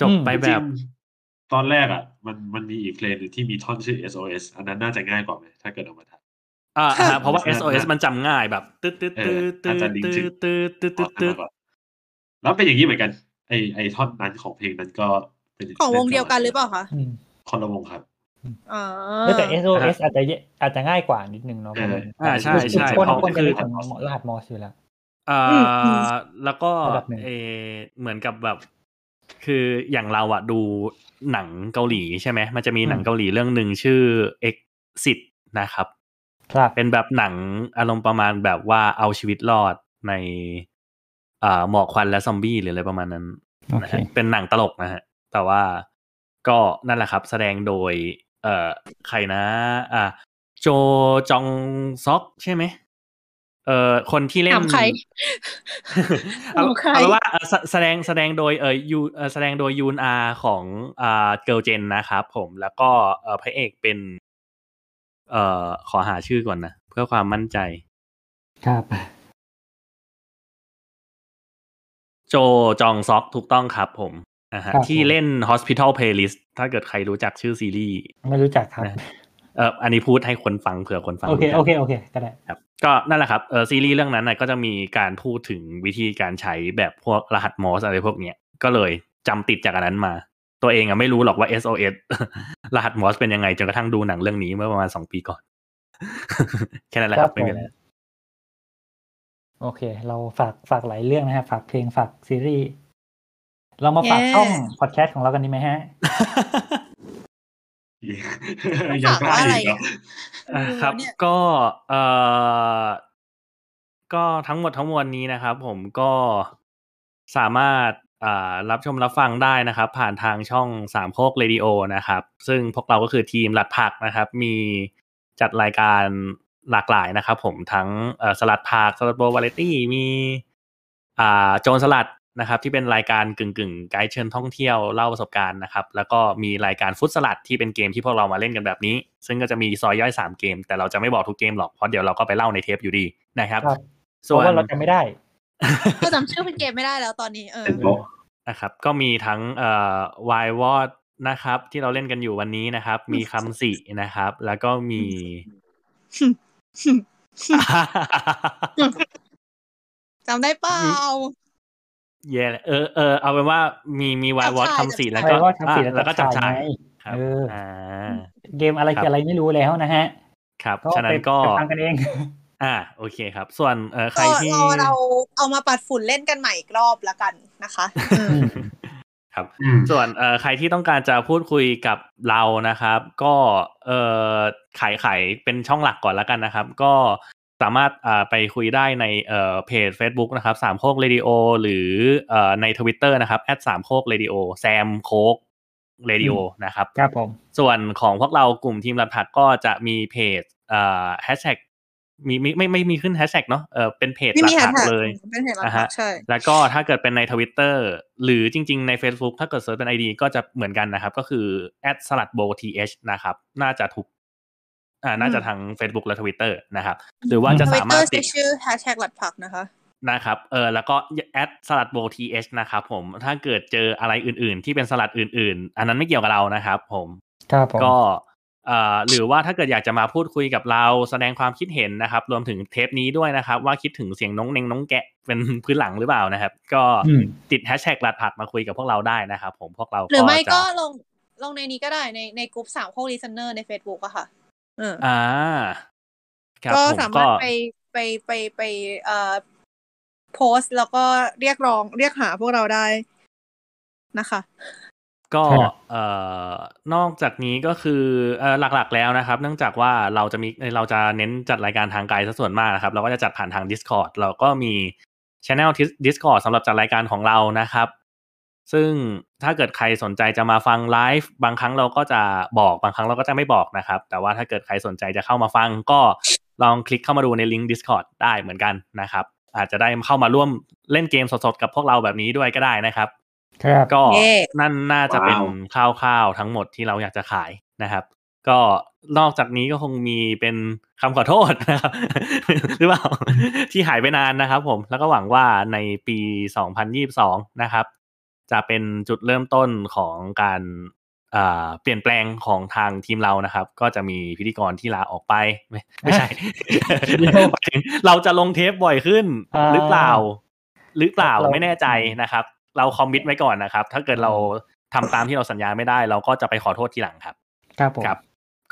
จบ อืม ไปแบ จริ บ งๆตอนแรกอ่ะ มันมันมีอีกเพลงหนึงที่มีท่อนชื่อ SOS อันนั้นน่าจะง่ายกว่าไหมถ้าเกิดเอามาท อ่า ค่ะ อ่าเพราะว่า น่า SOS มันจำง่ายแบบตืดตืด เออตืดตื อาจ ด จะลิงก์ ตื ถึ ด ง ตืดำตืดตื เอา ดมาตืด ก่อนแล้วเป็นอย่างนี้เหมือนกัน ไอไอท่อนนั้นของเพลงนั้นก็เป็น ของวงเดียวกันหรือเปล่าคะ อืม คนละวงครับ อ๋อ เออแต่ S O S อาจจะเยอาจจะง่ายกว่านิดนึงเนาะ เอ อ อ่าใช่ รู้สึก ใช่ คน เพราะ คนจะ คือ รู้ถึงรหัสมอสอยู่แล้ว อ่าแล้วก็ ระดับหนึ่ง เออเหมือนกับแบบ คืออย่างเราอะดูหนังเกาหลีใช่ไหมมันจะมีหนังเกาหลีเรื่องหนึ่งชื่อ Exit นะครับ ครับ เป็นแบบหนังอารมณ์ประมาณแบบว่าเอาชีวิตรอดในอ่าหมอกควันและซอมบี้หรืออะไรประมาณนั้น โอ นะ เค ฮะเป็นหนังตลกนะฮะ แต่ว่าก็นั่นแหละครับ แสดงโดย เอ่อใครนะ อ่ะโจจองซอกใช่ไหมเอ่อคนที่เล่น ถามใคร เอา ถามใคร เอาเป็นว่าเอ่อแสแสดงแสดงโดยเอ่อยูเอ่อแสดงโดยยูนอาของอ่าเกิลเจนนะครับผมแล้วก็เอ่อพระเอกเป็น เอ่อขอหาชื่อก่อนนะ เพื่อความมั่นใจ ครับ โจจองซอกถูกต้องครับผมอ่าฮะ ครับ ที่ ผม เล่น Hospital Playlist ถ้าเกิดใครรู้จักชื่อซีรีส์ ไม่รู้จักครับ นะ เอออันนี้พูดให้คนฟังเผื่อคนฟัง โอเค รู้จัก โอเค โอเค ก็ได้ ครับก็นั่นแหละครับเออซีรีส์เรื่องนั้นน่ะก็จะมีการพูดถึงวิธีการใช้แบบพวกรหัสมอสอะไรพวกเนี้ยก็เลยจำติดจากอันนั้นมา ตัวเองอ่ะไม่รู้หรอกว่า SOS รหัสมอสเป็นยังไงจนกระทั่งดูหนังเรื่องนี้เมื่อประมาณสองปีก่อน แค่นั้นแหละครับ ครับ ไม่มีอะไร โอเค เราฝากฝากหลายเรื่องนะฮะ ฝากเพลงฝากซีรีส์ เรามาฝากช่อง Yes พอดแคสต์ของเรากันดี ไหมฮะ ยังกล้าอีกเหรอ อ่ะครับ เนี่ย ก็เออก็ทั้งหมดทั้งมวลนี้นะครับ ผมก็สามารถอ่ารับชมรับฟังได้นะครับ ผ่านทางช่องสามโคกเรดิโอนะครับ ซึ่งพวกเราก็คือทีมหลัดผักนะครับ มีจัดรายการหลากหลายนะครับ ผมทั้งเอ่อสลัดผักสลัดโบวาเลตี้มีอ่าโจรสลัดนะครับ ที่เป็นรายการกึ่งกึ่งๆไกด์เชิญท่องเที่ยวเล่าประสบการณ์นะครับ แล้วก็มีรายการฟุตสลัดที่เป็นเกมที่พวกเรามาเล่นกันแบบนี้ ซึ่งก็จะมีซอยย่อยสามเกม แต่เราจะไม่บอกทุกเกมหรอกเพราะเดี๋ยวเราก็ไปเล่าในเทปอยู่ดีนะครับ ครับ เพราะว่าเราจะไม่ได้ ก็จำชื่อเป็นเกมไม่ได้แล้วตอนนี้เออ เป็นบล็อก นะครับก็มีทั้งเอ่อวายวอดนะครับ ที่เราเล่นกันอยู่วันนี้นะครับ มีคำสินะครับ แล้วก็ มี จำได้เปล่า เย่เออเออเอาเป็นว่ามีมีวายวอด จับ คำสิ ฉ่าย แล้วก็ วายวอดคำสิ อ่ะ แล้ แล้ว ว ก็ ก็จับชาย จับฉ่าย ครับ เอออ่ ่า เกมอะไร ครับ คืออะไรไม่รู้แล้วนะฮะ ครับ ก็ ฉะนั้ ไป นก็ ไปฟังกันเอง อ่าโอเคครับ ส่วนเอ่อใคร ก็ ที่ เราเราเอามาปัดฝุ่นเล่นกันใหม่อีกรอบละกันนะคะอืม ครับ อืม ส่วนเอ่อใครที่ต้องการจะพูดคุยกับเรานะครับ ก็เอ่อขายขายเป็นช่องหลักก่อนแล้วกันนะครับ ก็สามารถอ่าไปคุยได้ในเอ่อเพจ Facebook นะครับสามโคกเรดิโอหรือเอ่อใน Twitter นะครับแอดสามโคกเรดิโอแซมโคกเรดิโอนะครับ ครับผม ส่วนของพวกเรากลุ่มทีมรันผักก็จะมีเพจเอ่อแฮชแท็กมีมีไม่ไม่มีขึ้นแฮชแท็กเนาะเออเป็นเพจ ไม่มี ห แฮชลัก แท็ก ๆเลย เป็นเพจหลั อ่าก ฮะ ๆใช่ แล้วก็ถ้าเกิดเป็นในทวิตเตอร์หรือจริง ๆ ใน Facebook ถ้าเกิดเซิร์ชเป็น ID ก็จะเหมือนกันนะครับ ก็คือ s l a d b o t h นะครับ น่าจะทุกอ่าน่าจะทั้ง Facebook และ Twitter นะครับ หรือว่าจะ ทวิตสาเต มา อ รถ ร์ ติ ใช้ ด ชื่อแฮชแท็กหลัดผักนะคะ นะครับ เออ แล้วก็ at สลัดโบ th นะครับผม ถ้าเกิดเจออะไรอื่นๆ ที่เป็นสลัดอื่นๆ อันนั้นไม่เกี่ยวกับเรานะครับผม ครับผม ก็เอ่อหรือว่าถ้าเกิดอยากจะมาพูดคุยกับเราแสดงความคิดเห็นนะครับ รวมถึงเทปนี้ด้วยนะครับ ว่าคิดถึงเสียงน้องเนงน้องแกะ เป็น พื้นหลังหรือเปล่านะครับ ก็ อืม ติดแฮชแท็กหลัดผักมาคุยกับพวกเราได้นะครับ ผมพวกเรา หรือไม่ จะ ก็ลงลงในนี้ก็ได้ในในกลุ่มสามโคกลิสเนอร์ใน Facebook อะค่ะเออ อ่าครับ ก็ ผม สามารถไปไปไปไปเอ่อโพสต์แล้วก็เรียกร้องเรียกหาพวกเราได้นะคะ ก็ ครับ เอ่อนอกจากนี้ก็คือเอ่อหลักๆแล้วนะครับ เนื่องจากว่าเราจะมีเราจะเน้นจัดรายการทางไกลซะส่วนมากนะครับ เราก็จะจัดผ่านทาง Discord เราก็มี Channel Dis- Discord สำหรับจัดรายการของเรานะครับ ซึ่งถ้าเกิดใครสนใจจะมาฟังไลฟ์บางครั้งเราก็จะบอกบางครั้งเราก็จะไม่บอกนะครับ แต่ว่าถ้าเกิดใครสนใจจะเข้ามาฟัง ก็ลองคลิกเข้ามาดูในลิงก์ Discord ได้เหมือนกันนะครับ อาจจะได้เข้ามาร่วมเล่นเกมสดๆกับพวกเราแบบนี้ด้วยก็ได้นะครับ ครับ ก็ เย่ นั่นน่าจะเป็น ว้าว คร่าวๆทั้งหมดที่เราอยากจะขายนะครับ ก็นอกจากนี้ก็คงมีเป็นคำขอโทษนะครับ หรือเปล่า ที่หายไปนานนะครับผมแล้วก็หวังว่าในปี 2022 นะครับ จะเป็นจุดเริ่มต้นของการอ่าเปลี่ยนแปลงของทางทีมเรานะครับ ก็จะมีพิธีกรที่ลาออกไปไม่ไม่ใช่ เดี๋ยว เราจะลงเทปบ่อยขึ้น อ่า หรือเปล่า หรือเปล่า เรา ไม่แน่ใจนะครับ เราคอมมิตไว้ก่อนนะครับ ถ้าเกิดเราทำตามที่เราสัญญาไม่ได้ เราก็จะไปขอโทษทีหลังครับ ครับผม ครับ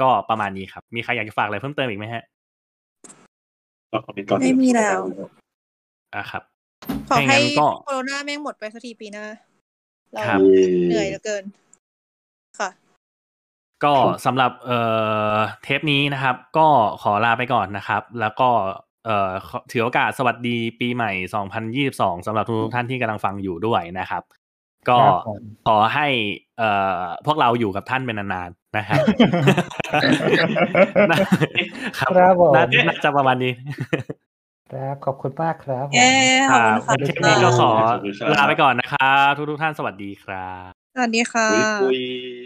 ก็ประมาณนี้ครับ มีใครอยากจะฝากอะไรเพิ่มเติมอีกไหมฮะ ก็ขอเป็นก่อน ไม่มีแล้ว อ่ะครับ ขอ ไม่งั้ ให้ นก็ โควิดแม่งหมดไปสักทีปีหน้า เรา ครับ เหนื่อยเหลือเกิน ค่ะ ก็สำหรับเอ่อเทปนี้นะครับ ก็ขอลาไปก่อนนะครับ แล้วก็เอ่อขอถือโอกาสสวัสดีปีใหม่ 2022สำหรับทุกๆท่านที่กำลังฟังอยู่ด้วยนะครับ ก็ ครับผม ขอให้เอ่อพวกเราอยู่กับท่านเป็นนานๆนะครับ นะครับ ครับผม น่าน่าจะประมาณนี้ ครับขอบคุณมากครับผม เย้ข ค อบ รั คุณ บ ค่ะ เทปนี้ก็ขอ ขอบคุณครับ ลาไปก่อนนะครับ ทุกทุกๆท่านสวัสดีครับ สวัสดีค่ะ คุยคุย